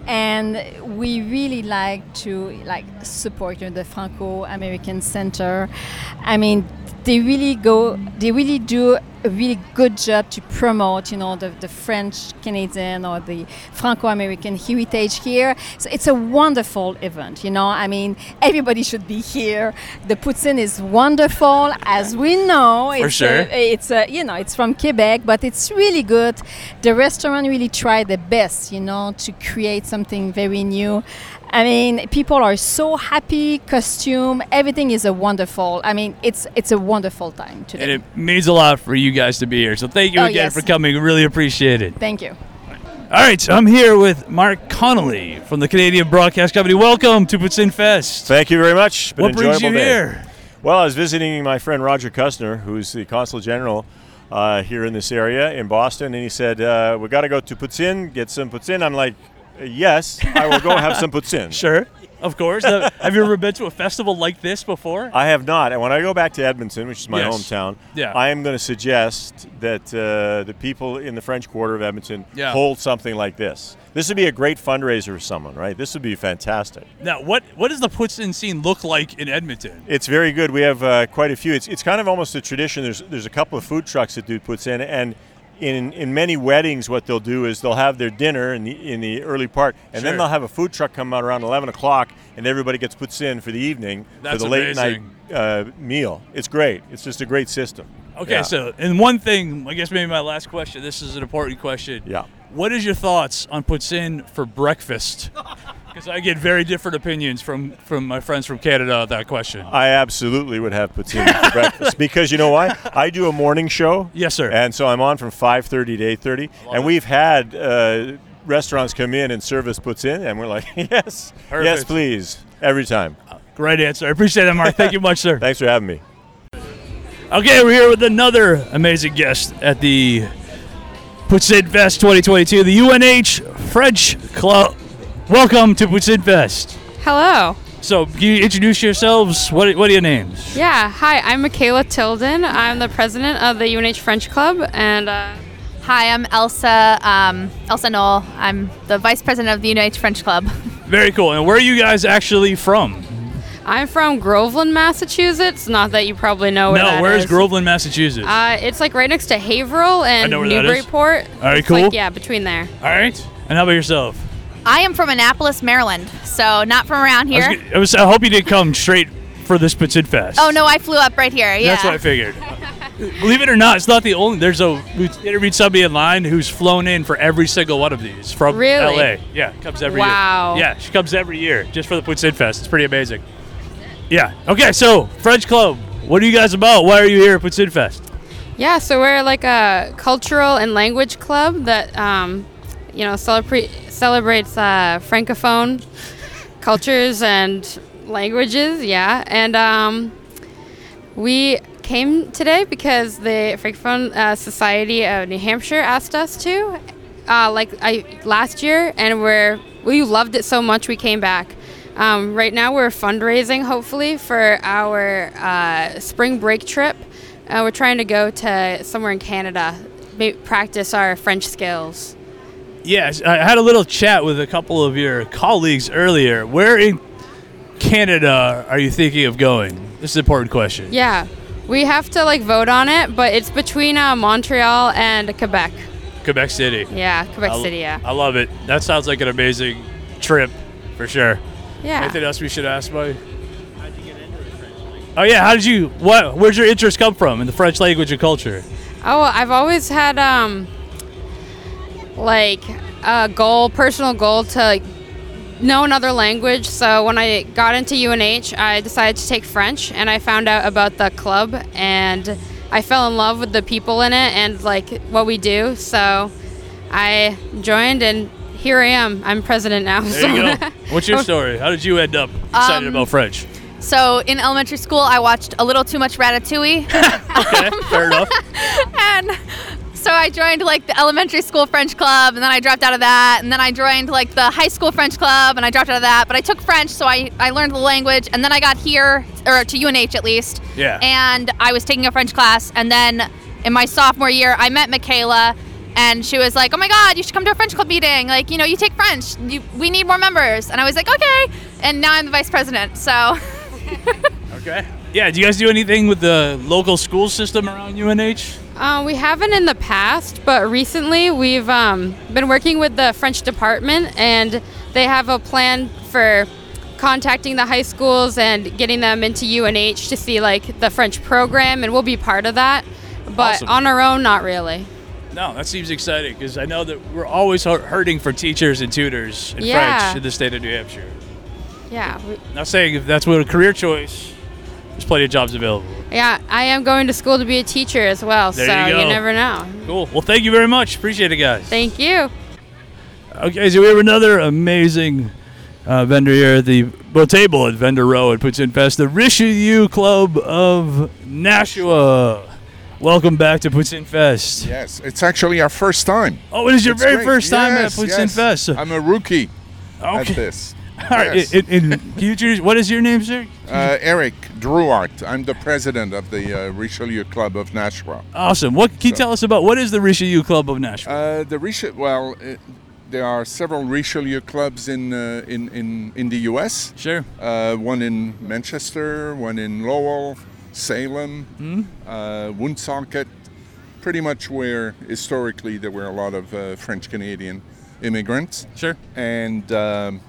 Speaker 18: And we really like to like support you know, the Franco-American Center. I mean, they really go, they really do a really good job to promote, you know, the, the French Canadian or the Franco-American heritage here. So it's a wonderful event, you know. I mean, everybody should be here. The Poutine is wonderful, as we know.
Speaker 3: For
Speaker 18: it's
Speaker 3: sure.
Speaker 18: a- it's uh, you know it's from Quebec, but it's really good. The restaurant really tried the best, you know, to create something very new. I mean, people are so happy. Costume, everything is a wonderful. I mean, it's it's a wonderful time today.
Speaker 3: And it means a lot for you guys to be here. So, thank you
Speaker 18: Oh,
Speaker 3: again
Speaker 18: yes.
Speaker 3: for coming. Really appreciate it.
Speaker 18: Thank you.
Speaker 3: All right, so I'm here with Mark Connolly from the Canadian Broadcast Company. Welcome to Puts In Fest.
Speaker 19: Thank you very much. Been
Speaker 3: What
Speaker 19: an
Speaker 3: brings you
Speaker 19: enjoyable day.
Speaker 3: here?
Speaker 19: Well, I was visiting my friend Roger Kustner, who's the consul general uh, here in this area in Boston, and he said, uh, "We got to go to Putin, get some Putin." I'm like, "Yes, I will go have some Putin."
Speaker 3: sure. Of course. Now, have you ever been to a festival like this before?
Speaker 19: I have not. And when I go back to Edmonton, which is my
Speaker 3: Yes.
Speaker 19: hometown,
Speaker 3: Yeah.
Speaker 19: I am going to suggest that uh, the people in the French Quarter of Edmonton
Speaker 3: Yeah.
Speaker 19: hold something like this. This would be a great fundraiser for someone, right? This would be fantastic.
Speaker 3: Now, what what does the puts in scene look like in Edmonton?
Speaker 19: It's very good. We have uh, quite a few. It's, it's kind of almost a tradition. There's there's a couple of food trucks that dude puts in, and in in many weddings, what they'll do is they'll have their dinner in the in the early part, and
Speaker 3: Sure.
Speaker 19: then they'll have a food truck come out around 11 o'clock, and everybody gets puts in for the evening for
Speaker 3: That's
Speaker 19: the late
Speaker 3: amazing.
Speaker 19: night uh, meal. It's great. It's just a great system.
Speaker 3: Okay,
Speaker 19: Yeah.
Speaker 3: so and one thing, I guess maybe my last question. This is an important question.
Speaker 19: Yeah.
Speaker 3: What is your thoughts on puts in for breakfast? Because I get very different opinions from from my friends from Canada on that question.
Speaker 19: I absolutely would have poutine for breakfast because you know why? I do a morning show.
Speaker 3: Yes, sir.
Speaker 19: And so I'm on from 5:30 to 8:30, and we've had uh, restaurants come in and service puts in, and we're like, yes, yes,
Speaker 3: Perfect.
Speaker 19: please, every time.
Speaker 3: Great answer. I appreciate that, Mark. Thank you much, sir.
Speaker 19: Thanks for having me.
Speaker 3: Okay, we're here with another amazing guest at the Putsin Fest 2022, the UNH French Club. Welcome to Putsin Fest.
Speaker 20: Hello.
Speaker 3: So, can you introduce yourselves? What, what are your names?
Speaker 20: Yeah. Hi, I'm Michaela Tilden. I'm the president of the UNH French Club, and uh,
Speaker 21: Hi, I'm Elsa. Um, Elsa Knoll. I'm the vice president of the United French Club.
Speaker 3: Very cool. And where are you guys actually from?
Speaker 20: I'm from Groveland, Massachusetts. Not that you probably know where that
Speaker 3: no, where's
Speaker 20: is.
Speaker 3: Groveland, Massachusetts?
Speaker 20: Uh, it's like right next to Haverhill and
Speaker 3: know where that is.
Speaker 20: Newburyport.
Speaker 3: All right,
Speaker 20: It's like,
Speaker 3: cool.
Speaker 20: yeah, between there.
Speaker 3: All right. And how about yourself?
Speaker 21: I am from Annapolis, Maryland, so not from around
Speaker 3: I, was
Speaker 21: here.
Speaker 3: gonna- I was- I hope you didn't come straight for this Putsin Fest.
Speaker 21: oh no, I flew up right here. Yeah.
Speaker 3: That's what I figured. Believe it or not, it's not the only. There's a we interviewed somebody in line who's flown in for every single one of these from
Speaker 20: Really?
Speaker 3: LA. Yeah, comes every
Speaker 20: Wow.
Speaker 3: year. Yeah, she comes every year just for the Putsin Fest. It's pretty amazing. Yeah. Okay, so French Club, what are you guys about? Why are you here at Putsin Fest?
Speaker 20: Yeah, so we're like a cultural and language club that, um, you know, celebra- celebrates uh, francophone cultures and languages. Yeah, and um, we came today because the Francophone uh, Society of New Hampshire asked us to, uh, like I last year, and we're we loved it so much we came back. Um, right now we're fundraising, hopefully, for our uh, spring break trip. Uh, we're trying to go to somewhere in Canada, ma- practice our French skills.
Speaker 3: Yes, I had a little chat with a couple of your colleagues earlier. Where in Canada are you thinking of going? This is an important question.
Speaker 20: Yeah, we have to like vote on it, but it's between uh, Montreal and Quebec.
Speaker 3: Quebec City.
Speaker 20: Yeah, Quebec
Speaker 3: I-
Speaker 20: City. Yeah.
Speaker 3: I love it. That sounds like an amazing trip for sure.
Speaker 20: Yeah.
Speaker 3: Anything else we should ask, Mike? Oh yeah, how did you? What? Where's your interest come from in the French language and culture?
Speaker 20: Oh, well, I've always had um, like a goal, personal goal to like, know another language. So when I got into UNH, I decided to take French, and I found out about the club, and I fell in love with the people in it and like what we do. So I joined, and here I am. I'm president now.
Speaker 3: There you go. What's your
Speaker 21: Oh.
Speaker 3: story? How did you end up excited
Speaker 21: Um,
Speaker 3: about French?
Speaker 21: So in elementary school, I watched a little too much Ratatouille,
Speaker 3: Okay, fair enough.
Speaker 21: and so I joined like the elementary school French club, and then I dropped out of that, and then I joined like the high school French club, and I dropped out of that. But I took French, so I I learned the language, and then I got here or to UNH at least.
Speaker 4: Yeah.
Speaker 21: And I was taking a French class, and then in my sophomore year, I met Michaela. And she was like, "Oh my God, you should come to a French club meeting. Like, you know, you take French. You, we need more members." And I was like, "Okay." And now I'm the vice president. So
Speaker 3: Okay. Yeah. Do you guys do anything with the local school system around UNH?
Speaker 20: Uh, we haven't in the past, but recently we've um, been working with the French department, and they have a plan for contacting the high schools and getting them into UNH to see like the French program, and we'll be part of that. But
Speaker 3: Awesome.
Speaker 20: on our own, not really.
Speaker 3: No, that seems exciting because I know that we're always hu- hurting for teachers and tutors in
Speaker 20: Yeah.
Speaker 3: French in the state of New Hampshire.
Speaker 20: Yeah, we-
Speaker 3: Not saying if that's what a career choice. There's plenty of jobs available.
Speaker 20: yeah. I am going to school to be a teacher as well,
Speaker 3: There
Speaker 20: so
Speaker 3: you go.
Speaker 20: never know.
Speaker 3: Cool. Well, thank you very much. Appreciate it, guys.
Speaker 20: Thank you.
Speaker 3: Okay, so we have another amazing uh, vendor here at the well, table at Vendor Row at Puts In Fest, the Richelieu Club of Nashua. Welcome back to Puts In Fest.
Speaker 22: Yes, it's actually our first time.
Speaker 3: Oh, it is your
Speaker 22: It's
Speaker 3: very
Speaker 22: great.
Speaker 3: first time
Speaker 22: Yes,
Speaker 3: at Puts In
Speaker 22: yes.
Speaker 3: Fest.
Speaker 22: I'm a rookie
Speaker 3: Okay.
Speaker 22: at this.
Speaker 3: All right,
Speaker 22: Yes.
Speaker 3: it- it- it- can you choose? What is your name, sir?
Speaker 22: Uh, Eric Drouart. I'm the president of the uh, Richelieu Club of Nashua.
Speaker 3: Awesome. What can you tell us about what is the Richelieu Club of Nashville?
Speaker 22: Uh, the Richelieu, well, uh, there are several Richelieu clubs in uh, in, in in the U.S.
Speaker 3: Sure.
Speaker 22: Uh, one in Manchester, one in Lowell, Salem,
Speaker 3: Hmm?
Speaker 22: uh, Woonsocket. Pretty much where historically there were a lot of uh, French Canadian immigrants.
Speaker 3: Sure.
Speaker 22: And um,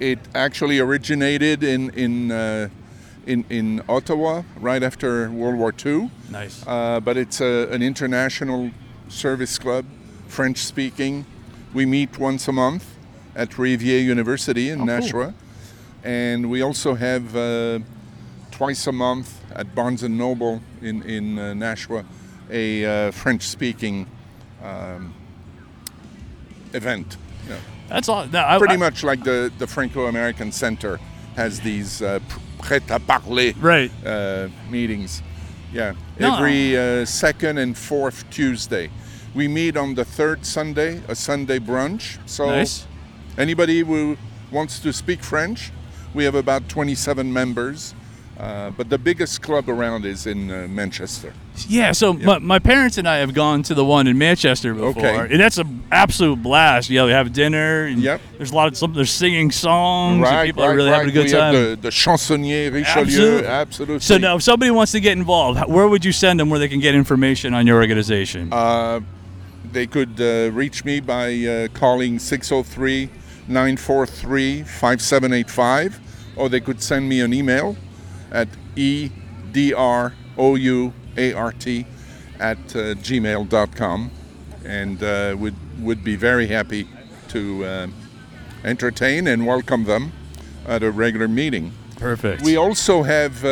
Speaker 22: it actually originated in in. Uh, in, in Ottawa, right after World War II.
Speaker 3: Nice.
Speaker 22: Uh, but it's a, an international service club, French speaking. We meet once a month at Rivier University in
Speaker 3: Oh, cool.
Speaker 22: Nashua. And we also have uh, twice a month at Barnes and Noble in, in uh, Nashua a uh, French speaking um, event. Yeah.
Speaker 3: That's all. no, I-
Speaker 22: Pretty
Speaker 3: I-
Speaker 22: much like the, the Franco American Center has these uh, prêt à parler
Speaker 3: right.
Speaker 22: uh, meetings. Yeah,
Speaker 3: No.
Speaker 22: every uh, second and fourth Tuesday. We meet on the third Sunday, a Sunday brunch. So
Speaker 3: Nice.
Speaker 22: anybody who wants to speak French, we have about 27 members. Uh, but the biggest club around is in uh, Manchester.
Speaker 3: Mm, Yeah, so My, my parents and I have gone to the one in Manchester before,
Speaker 22: Okay.
Speaker 3: and that's an absolute blast. Yeah, we have dinner. And There's a lot of some. They're singing songs. and people are really having a good
Speaker 22: we
Speaker 3: time.
Speaker 22: Have the, the Chansonnier Richelieu,
Speaker 3: Absolute-
Speaker 22: absolutely.
Speaker 3: So now, if somebody wants to get involved, h- where would you send them where they can get information on your organization?
Speaker 22: Uh, they could uh, reach me by uh, calling 603 943 5785, or they could send me an email at e edrouart at uh, gmail.com. And uh, would, would be very happy to uh, entertain and welcome them at a regular meeting.
Speaker 3: Perfect.
Speaker 22: We also have uh,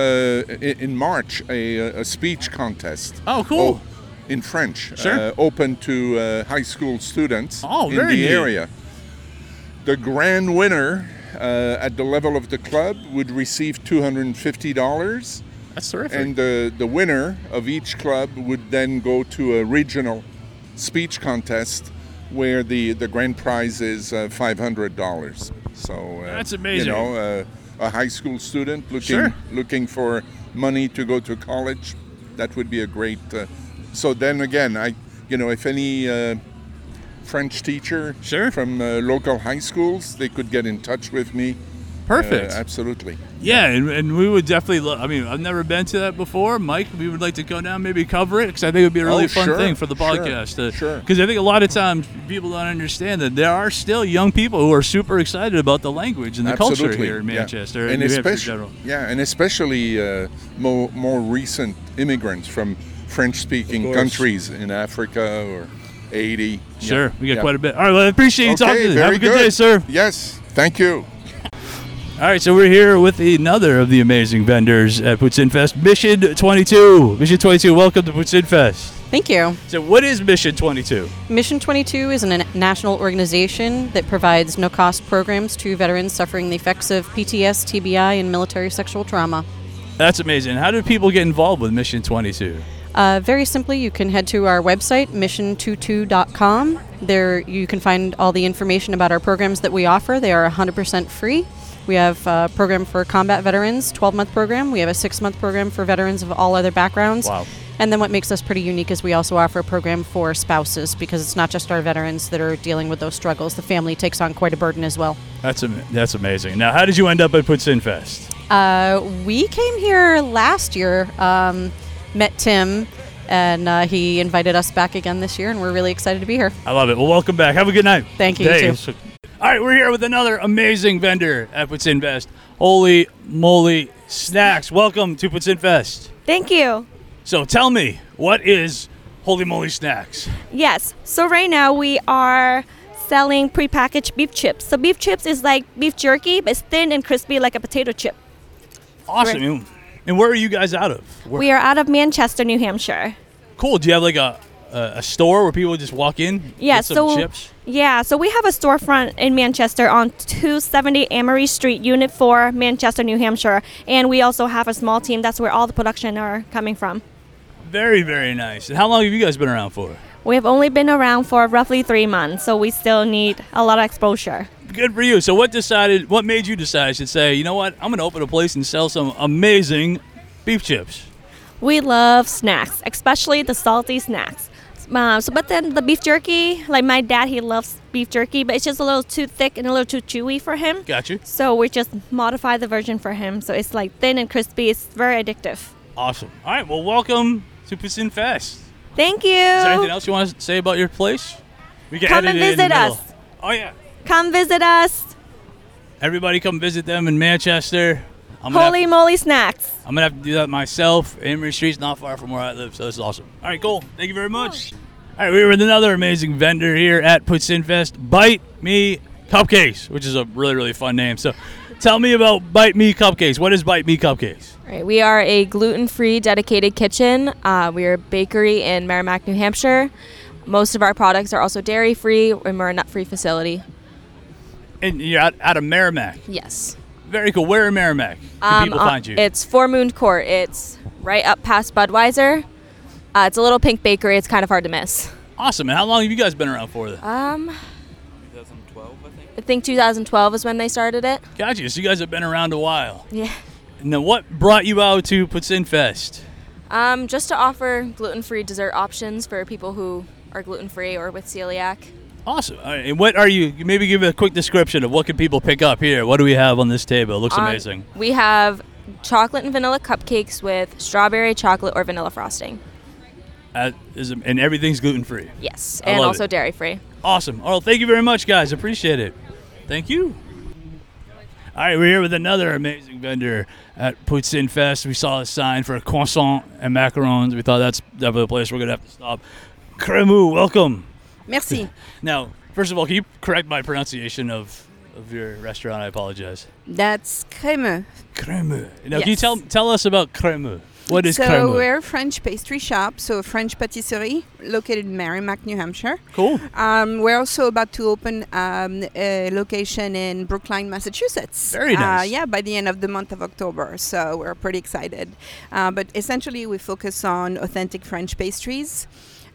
Speaker 22: i- in March a, a speech contest.
Speaker 3: Oh, cool.
Speaker 22: in French.
Speaker 3: Sure.
Speaker 22: Uh, open to uh, high school students
Speaker 3: Oh,
Speaker 22: in
Speaker 3: very
Speaker 22: the
Speaker 3: neat.
Speaker 22: area. The grand winner uh, at the level of the club would receive $250.
Speaker 3: That's terrific.
Speaker 22: And the, the winner of each club would then go to a regional speech contest where the, the grand prize is uh, $500. So uh,
Speaker 3: That's amazing.
Speaker 22: You know, uh, a high school student looking
Speaker 3: Sure.
Speaker 22: looking for money to go to college, that would be a great. Uh, so then again, I you know if any uh, French teacher from uh, local high schools, they could get in touch with me.
Speaker 3: Perfect.
Speaker 22: Uh, absolutely.
Speaker 3: Yeah, and, and we would definitely love. I mean, I've never been to that before, Mike. We would like to go down, maybe cover it, because I think it would be a really
Speaker 22: Oh,
Speaker 3: fun
Speaker 22: sure,
Speaker 3: thing for the
Speaker 22: sure,
Speaker 3: podcast. uh, Because
Speaker 22: sure.
Speaker 3: I think a lot of times people don't understand that there are still young people who are super excited about the language and the culture here in
Speaker 22: yeah.
Speaker 3: Manchester
Speaker 22: and,
Speaker 3: and, New Hampshire in
Speaker 22: especially
Speaker 3: general.
Speaker 22: yeah, and especially uh, more more recent immigrants from French-speaking
Speaker 3: Of course.
Speaker 22: countries in Africa or Haiti. Yeah,
Speaker 3: Sure, we got
Speaker 22: yeah.
Speaker 3: quite a bit. All right, well, I appreciate you
Speaker 22: Okay,
Speaker 3: talking. to us. Have
Speaker 22: very
Speaker 3: a good day, sir.
Speaker 22: Yes, thank you.
Speaker 3: All right, so we're here with another of the amazing vendors at Putzinfest, Mission 22. Mission 22, welcome to Putzinfest.
Speaker 23: Thank you.
Speaker 3: So, what is Mission 22?
Speaker 23: Mission 22 is a national organization that provides no cost programs to veterans suffering the effects of PTS, TBI, and military sexual trauma.
Speaker 3: That's amazing. How do people get involved with Mission 22?
Speaker 23: Uh, very simply, you can head to our website, mission22.com. There you can find all the information about our programs that we offer. They are 100% free. We have a program for combat veterans, 12 month program. We have a six month program for veterans of all other backgrounds.
Speaker 3: Wow.
Speaker 23: And then what makes us pretty unique is we also offer a program for spouses because it's not just our veterans that are dealing with those struggles. The family takes on quite a burden as well.
Speaker 3: That's am- that's amazing. Now, how did you end up at Putzinfest?
Speaker 23: Uh, we came here last year, um, met Tim, and uh, he invited us back again this year, and we're really excited to be here.
Speaker 3: I love it. Well, welcome back. Have a good night.
Speaker 23: Thank you, you
Speaker 3: Thanks.
Speaker 23: too.
Speaker 3: All right, we're here with another amazing vendor at Putzinfest. Holy moly, snacks! Welcome to Putzinfest.
Speaker 24: Thank you.
Speaker 3: So, tell me, what is Holy Moly Snacks?
Speaker 24: Yes. So right now we are selling prepackaged beef chips. So beef chips is like beef jerky, but it's thin and crispy like a potato chip.
Speaker 3: Awesome. And- And where are you guys out of? Where-
Speaker 24: We are out of Manchester, New Hampshire.
Speaker 3: Cool. Do you have like a a, a store where people just walk in?
Speaker 24: Yeah.
Speaker 3: get some
Speaker 24: so
Speaker 3: chips.
Speaker 24: yeah. So we have a storefront in Manchester on 270 Amory Street, Unit 4, Manchester, New Hampshire, and we also have a small team. That's where all the production are coming from.
Speaker 3: Very very nice. And how long have you guys been around for?
Speaker 24: We have only been around for roughly three months, so we still need a lot of exposure.
Speaker 3: good for you. So what decided? What made you decide? I should say, you know what? I'm going to open a place and sell some amazing beef chips.
Speaker 24: We love snacks, especially the salty snacks. Um, so, but then the beef jerky, like my dad, he loves beef jerky, but it's just a little too thick and a little too chewy for him.
Speaker 3: Got you.
Speaker 24: So we just modify the version for him. So it's like thin and crispy. It's very addictive.
Speaker 3: Awesome. All right. Well, welcome to Pissin Fest.
Speaker 24: Thank
Speaker 3: Is there
Speaker 24: you.
Speaker 3: anything else you want to say about your place? We can
Speaker 24: Come
Speaker 3: edit
Speaker 24: and
Speaker 3: it in the
Speaker 24: visit
Speaker 3: middle.
Speaker 24: us.
Speaker 3: Oh yeah.
Speaker 24: Come visit us.
Speaker 3: Everybody, come visit them in Manchester. I'm gonna,
Speaker 24: Holy
Speaker 3: have,
Speaker 24: moly snacks.
Speaker 3: I'm gonna have to do that myself. Amory Street's not far from where I live, so this is awesome. All right, cool. Thank you very much. All right, we were with another amazing vendor here at Putsinfest, Bite Me Cupcakes, which is a really, really fun name. So tell me about Bite Me Cupcakes. What is Bite Me Cupcakes?
Speaker 25: Right, we are a gluten-free dedicated kitchen. Uh, we are a bakery in Merrimack, New Hampshire. Most of our products are also dairy-free, and we're a nut-free facility.
Speaker 3: And you're out, out of Merrimack.
Speaker 25: Yes.
Speaker 3: Very cool. Where in Merrimack can people
Speaker 25: uh,
Speaker 3: find you?
Speaker 25: It's Four Moon Court. It's right up past Budweiser. Uh, it's a little pink bakery. It's kind of hard to miss.
Speaker 3: awesome. And how long have you guys been around for? Then?
Speaker 25: Um, 2012, I think. I think 2012 is when they started it.
Speaker 3: Gotcha. So you guys have been around a while.
Speaker 25: Yeah.
Speaker 3: Now, what brought you out to Putsinfest?
Speaker 25: Um, just to offer gluten-free dessert options for people who are gluten-free or with celiac.
Speaker 3: Awesome. All right, and what are you? Maybe give a quick description of what can people pick up here. What do we have on this table? It looks
Speaker 25: on-
Speaker 3: amazing.
Speaker 25: Uh, We have chocolate and vanilla cupcakes with strawberry, chocolate, or vanilla frosting.
Speaker 3: Uh, is, and everything's gluten free.
Speaker 25: Yes,
Speaker 3: I
Speaker 25: and
Speaker 3: love
Speaker 25: also
Speaker 3: it.
Speaker 25: dairy free.
Speaker 3: Awesome. All right, thank you very much, guys. Appreciate it. Thank you. All right, we're here with another amazing vendor at Puts In Fest. We saw a sign for croissant and macarons. We thought that's definitely a place we're gonna have to stop. Cremu, welcome.
Speaker 26: Merci.
Speaker 3: Now, first of all, can you correct my pronunciation of of your restaurant? I apologize.
Speaker 26: That's crème.
Speaker 3: Cremu. Now, can you
Speaker 26: Yes.
Speaker 3: tell tell us about Cremu? What is
Speaker 26: so
Speaker 3: Cremu?
Speaker 26: we're a French pastry shop, so a French patisserie located in Merrimack, New Hampshire.
Speaker 3: Cool.
Speaker 26: Um, we're also about to open um, a location in Brookline, Massachusetts.
Speaker 8: Very nice.
Speaker 26: Uh, yeah, by the end of the month of October. So we're pretty excited. Uh, but essentially, we focus on authentic French pastries.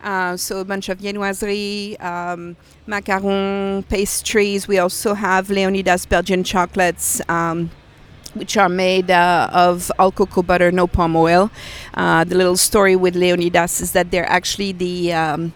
Speaker 26: Uh, so a bunch of viennoiserie, um, macaron pastries. We also have Leonidas Belgian chocolates. Um, which are made uh, of all cocoa butter, no palm oil. Uh, the little story with Leonidas is that they're actually the um,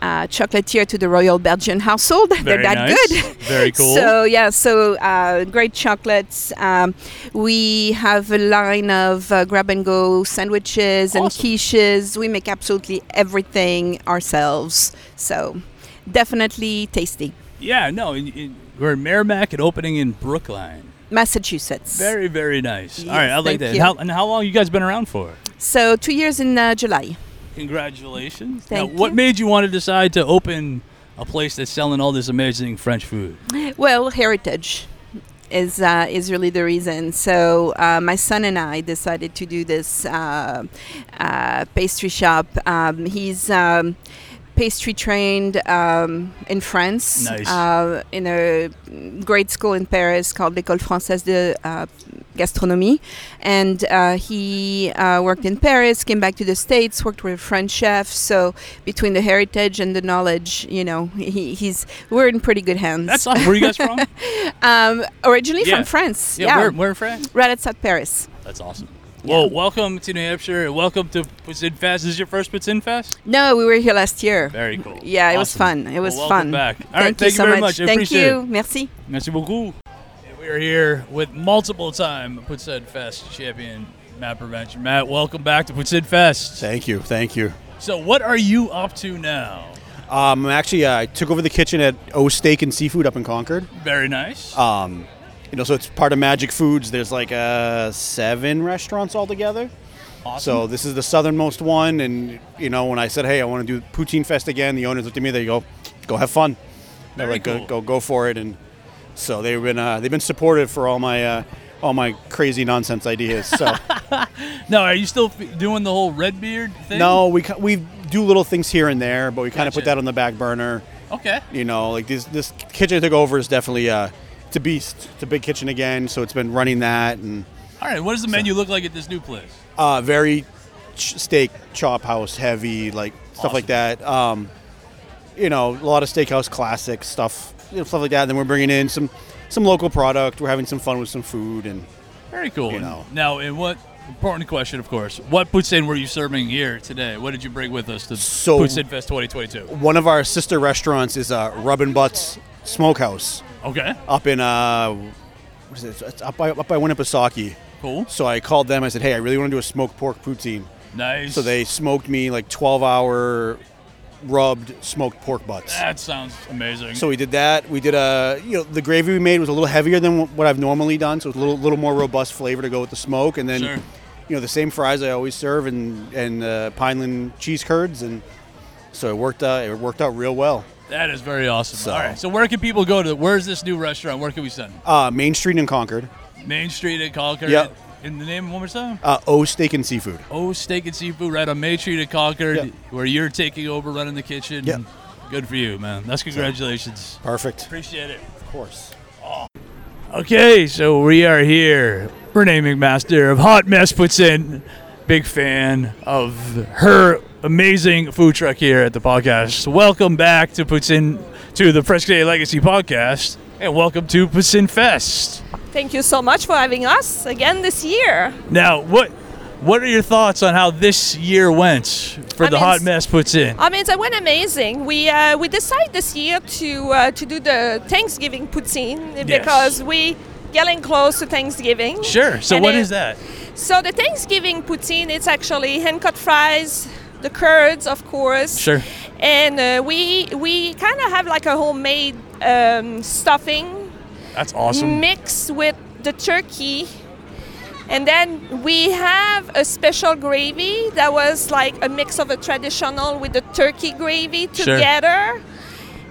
Speaker 26: uh, chocolatier to the royal Belgian household.
Speaker 27: Very
Speaker 26: they're that
Speaker 27: nice.
Speaker 26: good.
Speaker 27: Very cool.
Speaker 26: So yeah, so uh, great chocolates. Um, we have a line of uh, grab and go sandwiches and quiches. We make absolutely everything ourselves. So definitely tasty.
Speaker 3: Yeah, no, in, in, we're in Merrimack and opening in Brookline.
Speaker 26: Massachusetts.
Speaker 3: Very, very nice.
Speaker 26: Yes,
Speaker 3: All right, I like
Speaker 26: thank
Speaker 3: that.
Speaker 26: you.
Speaker 3: How, and how long you guys been around for?
Speaker 26: So two years in uh, July.
Speaker 3: Congratulations.
Speaker 26: Thank
Speaker 3: now, what made you want to decide to open a place that's selling all this amazing French food?
Speaker 26: Well, heritage is uh, is really the reason. So uh, my son and I decided to do this uh, uh, pastry shop. Um, he's um, pastry trained um, in France,
Speaker 23: Nice.
Speaker 26: uh, in a great school in Paris called l'École Française de uh, Gastronomie, and uh, he uh, worked in Paris, came back to the States, worked with a French chef. So between the heritage and the knowledge, you know, he, he's we're in pretty good hands.
Speaker 3: That's awesome. Where you guys from?
Speaker 26: um, originally
Speaker 3: Yeah.
Speaker 26: from France.
Speaker 3: Yeah,
Speaker 26: Yeah,
Speaker 3: where- where in France?
Speaker 26: Right outside Paris.
Speaker 3: That's awesome. Well, welcome to New Hampshire and welcome to Putin Fest. Is this your first Putin Fest?
Speaker 26: No, we were here last year.
Speaker 3: Very cool.
Speaker 26: Yeah, it was
Speaker 3: Awesome.
Speaker 26: fun. It was
Speaker 3: Well, welcome
Speaker 26: fun.
Speaker 3: back. All
Speaker 26: Thank
Speaker 3: right,
Speaker 26: you
Speaker 3: thank you
Speaker 26: so
Speaker 3: very
Speaker 26: much.
Speaker 3: much. I
Speaker 26: Thank
Speaker 3: appreciate
Speaker 26: you.
Speaker 3: it.
Speaker 26: Merci.
Speaker 3: Merci beaucoup. And we are here with multiple time Putin Fest champion Matt Prevention. Matt, welcome back to Putin Fest.
Speaker 28: Thank you, thank you.
Speaker 3: So, what are you up to now?
Speaker 28: Um, actually, uh, I took over the kitchen at O Steak and Seafood up in Concord.
Speaker 3: Very nice.
Speaker 28: Um, you know, so it's part of Magic Foods. There's like uh, seven restaurants altogether.
Speaker 3: Awesome.
Speaker 28: So this is the southernmost one, and you know, when I said, "Hey, I want to do Poutine Fest again," the owners looked at me. They go, "Go have fun." They're
Speaker 3: Very
Speaker 28: like, go, "Go go for it!" And so they've been uh, they've been supportive for all my uh, all my crazy nonsense ideas. So.
Speaker 3: No, are you still f- doing the whole red beard thing?
Speaker 28: No, we ki- we do little things here and there, but we kind of
Speaker 3: Gotcha.
Speaker 28: put that on the back burner.
Speaker 3: Okay.
Speaker 28: You know, like this this kitchen I took over is definitely uh, it's a beast. It's a big kitchen again, so it's been running that and
Speaker 3: All right. What does the menu look like at this new place?
Speaker 28: uh, very ch- steak chop house heavy, like stuff like that. Um, you know, a lot of steakhouse classic stuff. you know, stuff like that. And then we're bringing in some some local product. We're having some fun with some food and
Speaker 29: Very cool.
Speaker 28: You know,
Speaker 29: Now, in what important question, of course, what Poutine were you serving here today? What did you bring with us to
Speaker 28: So-
Speaker 29: Poutine Fest 2022?
Speaker 28: one of our sister restaurants is uh, Rub and Butts Smokehouse.
Speaker 29: Okay.
Speaker 28: Up in uh, what is it? It's up by up by Winnipesaukee.
Speaker 29: Cool.
Speaker 28: So I called them. I said, "Hey, I really want to do a smoked pork poutine."
Speaker 29: Nice.
Speaker 28: So they smoked me like 12-hour rubbed smoked pork butts.
Speaker 29: That sounds amazing.
Speaker 28: So we did that. We did a, you know, the gravy we made was a little heavier than wh- what I've normally done, so it's a little, little more robust flavor to go with the smoke, and then,
Speaker 29: Sure.
Speaker 28: you know, the same fries I always serve and and uh, pineland cheese curds, and so it worked out. It worked out real well.
Speaker 29: That is very awesome.
Speaker 28: So-
Speaker 29: All right. So where can people go to? Where's this new restaurant? Where can we send?
Speaker 28: Uh, Main Street in Concord,
Speaker 29: Main Street at Concord.
Speaker 28: Yep.
Speaker 29: In the name one more time.
Speaker 28: uh, O Steak and Seafood.
Speaker 29: Oh, Steak and Seafood right on Main Street at Concord, where you're taking over running the kitchen.
Speaker 28: Yep.
Speaker 29: Good for you, man. That's congratulations.
Speaker 28: Perfect.
Speaker 29: Appreciate it. Of
Speaker 28: course.
Speaker 3: Okay, so we are here. Renee McMaster of Hot Mess puts in. Big fan of her amazing food truck here at the podcast. Welcome back to puts in to the Fresco Day Legacy podcast, and welcome to Puts in Fest.
Speaker 8: Thank you so much for having us again this year.
Speaker 3: Now, what what are your thoughts on how this year went for
Speaker 8: I
Speaker 3: the
Speaker 8: mean,
Speaker 3: Hot
Speaker 8: s-
Speaker 3: Mess puts in?
Speaker 8: I mean, it went amazing. We uh, we decided this year to uh, to do the Thanksgiving poutine
Speaker 3: Yes.
Speaker 8: because we getting close to Thanksgiving.
Speaker 3: Sure. So
Speaker 8: And
Speaker 3: what
Speaker 8: it-
Speaker 3: is that?
Speaker 8: So the Thanksgiving poutine, it's actually hand cut fries, the curds, of course.
Speaker 3: Sure.
Speaker 8: And uh, we we kind of have like a homemade um, stuffing
Speaker 3: That's awesome.
Speaker 8: Mix with the turkey. And then we have a special gravy that was like a mix of a traditional with the turkey gravy
Speaker 3: Sure.
Speaker 8: together.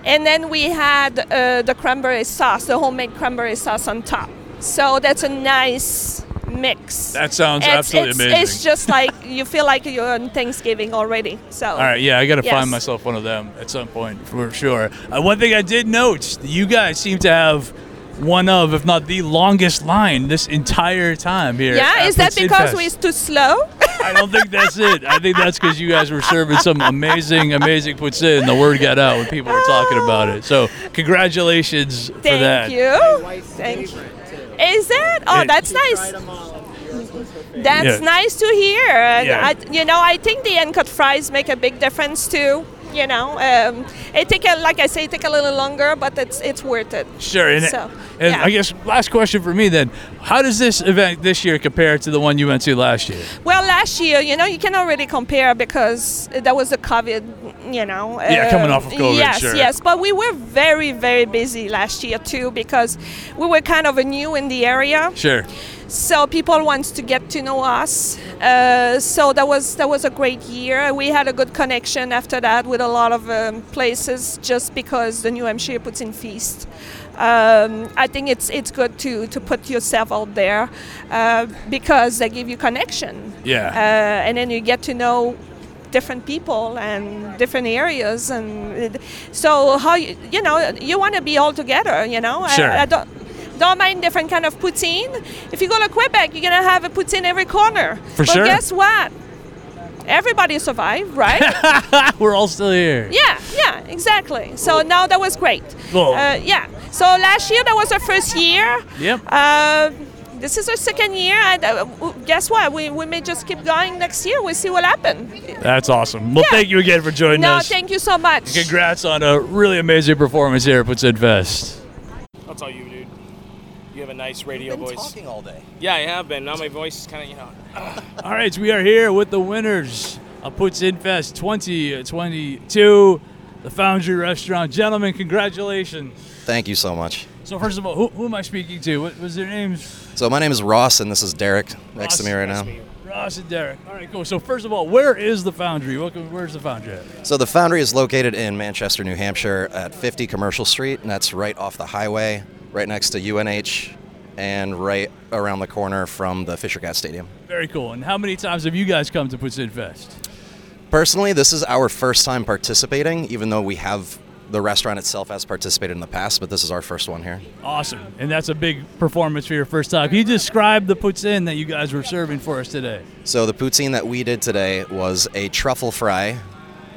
Speaker 8: And then we had uh, the cranberry sauce, the homemade cranberry sauce on top. So that's a nice mix.
Speaker 3: That sounds
Speaker 8: It's-
Speaker 3: absolutely
Speaker 8: it's-
Speaker 3: amazing.
Speaker 8: It's just like you feel like you're on Thanksgiving already. So
Speaker 3: All right, yeah, I got to
Speaker 8: yes.
Speaker 3: find myself one of them at some point for sure. Uh, one thing I did note, you guys seem to have one of, if not the longest line this entire time here.
Speaker 8: Yeah,
Speaker 3: at
Speaker 8: is that
Speaker 3: Poutine
Speaker 8: because
Speaker 3: Fest.
Speaker 8: we're too slow?
Speaker 3: I don't think that's it. I think that's because you guys were serving some amazing, amazing puts in. The word got out when people were talking about it. So congratulations for
Speaker 8: Thank
Speaker 3: that.
Speaker 8: you. Thank you. Is it? Oh,
Speaker 3: Yeah.
Speaker 8: that's nice. That's
Speaker 3: Yeah.
Speaker 8: nice to hear. And
Speaker 3: Yeah.
Speaker 8: I, you know, I think the end cut fries make a big difference too. You know, um, it take a, like I say, it take a little longer, but it's it's worth it.
Speaker 3: Sure, and,
Speaker 8: so,
Speaker 3: and
Speaker 8: yeah.
Speaker 3: I guess last question for me then: How does this event this year compare to the one you went to last year?
Speaker 8: Well, last year, you know, you cannot really compare because that was the COVID, you know. um,
Speaker 3: Yeah, coming off of COVID,
Speaker 8: Yes,
Speaker 3: sure.
Speaker 8: yes. But we were very, very busy last year too because we were kind of new in the area.
Speaker 3: Sure.
Speaker 8: So people wants to get to know us. Uh, so that was that was a great year. We had a good connection after that with a lot of um, places, just because the New Hampshire puts in feast. Um, I think it's it's good to to put yourself out there uh, because they give you connection.
Speaker 3: Yeah.
Speaker 8: Uh, and then you get to know different people and different areas and it, so how you, you know you want to be all together you know I-
Speaker 3: Sure.
Speaker 8: I don't don't mind different kind of poutine. If you go to Quebec, you're gonna have a poutine every corner.
Speaker 3: For
Speaker 8: but
Speaker 3: sure.
Speaker 8: guess what? Everybody survived, right?
Speaker 3: we're all still here.
Speaker 8: yeah, yeah, exactly. So now that was great.
Speaker 3: Cool.
Speaker 8: Uh, yeah. So last year that was our first year.
Speaker 3: Yep.
Speaker 8: Uh, this is our second year, and uh, w- guess what? We, we may just keep going next year. We'll see what happens.
Speaker 3: That's awesome. Well, thank you again for joining
Speaker 8: No,
Speaker 3: us.
Speaker 8: thank you so much.
Speaker 3: Congrats on a really amazing performance here at Putin Fest.
Speaker 30: I'll tell you, dude. You have a nice radio
Speaker 9: been
Speaker 30: voice.
Speaker 9: talking all day.
Speaker 30: Yeah, I have been. Now my voice is kind of, you know.
Speaker 3: All right, we are here with the winners of Putin Fest 2022, the Foundry Restaurant. Gentlemen, congratulations.
Speaker 9: Thank you so much.
Speaker 3: So first of all, who, who am I speaking to? What was their names?
Speaker 9: So my name is Ross, and this is Derek next to me right now.
Speaker 3: Ross and Derek. All right, cool. So first of all, where is the Foundry? Welcome. Where's the Foundry at?
Speaker 9: So the foundry is located in Manchester, New Hampshire, at 50 Commercial Street, and that's right off the highway, right next to UNH, and right around the corner from the Fisher Cat Stadium.
Speaker 3: Very cool. And how many times have you guys come to Putin Fest?
Speaker 9: Personally, this is our first time participating, even though we have the restaurant itself has participated in the past, but this is our first one here.
Speaker 3: Awesome. And that's a big performance for your first time. Can you describe the puts in that you guys were serving for us today?
Speaker 9: So the poutine that we did today was a truffle fry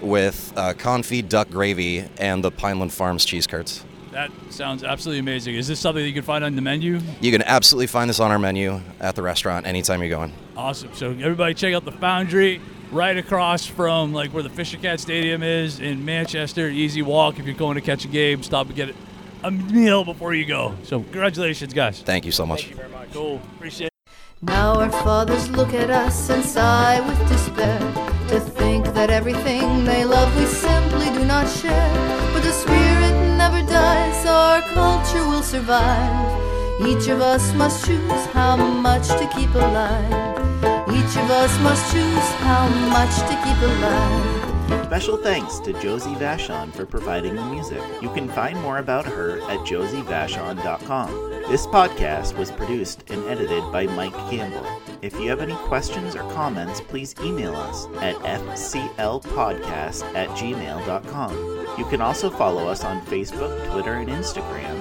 Speaker 9: with uh, confit duck gravy and the Pineland Farms cheese curds.
Speaker 3: That sounds absolutely amazing. Is this something you can find on the menu?
Speaker 9: You can absolutely find this on our menu at the restaurant anytime you're going.
Speaker 3: Awesome. So everybody check out the Foundry right across from like where the Fisher Cat Stadium is in Manchester. Easy walk if you're going to catch a game. Stop and get it a meal before you go. So congratulations, guys.
Speaker 9: Thank you so much.
Speaker 3: Cool. Appreciate it.
Speaker 1: Now our fathers look at us and sigh with despair to think that everything they love we simply do not share. But the spirit never dies, our culture will survive. Each of us must choose how much to keep alive. Each of us must choose how much to keep alive.
Speaker 31: Special thanks to Josie Vashon for providing the music. You can find more about her at josievashon.com. This podcast was produced and edited by Mike Campbell. If you have any questions or comments, please email us at fclpodcast at gmail.com. You can also follow us on Facebook, Twitter, and Instagram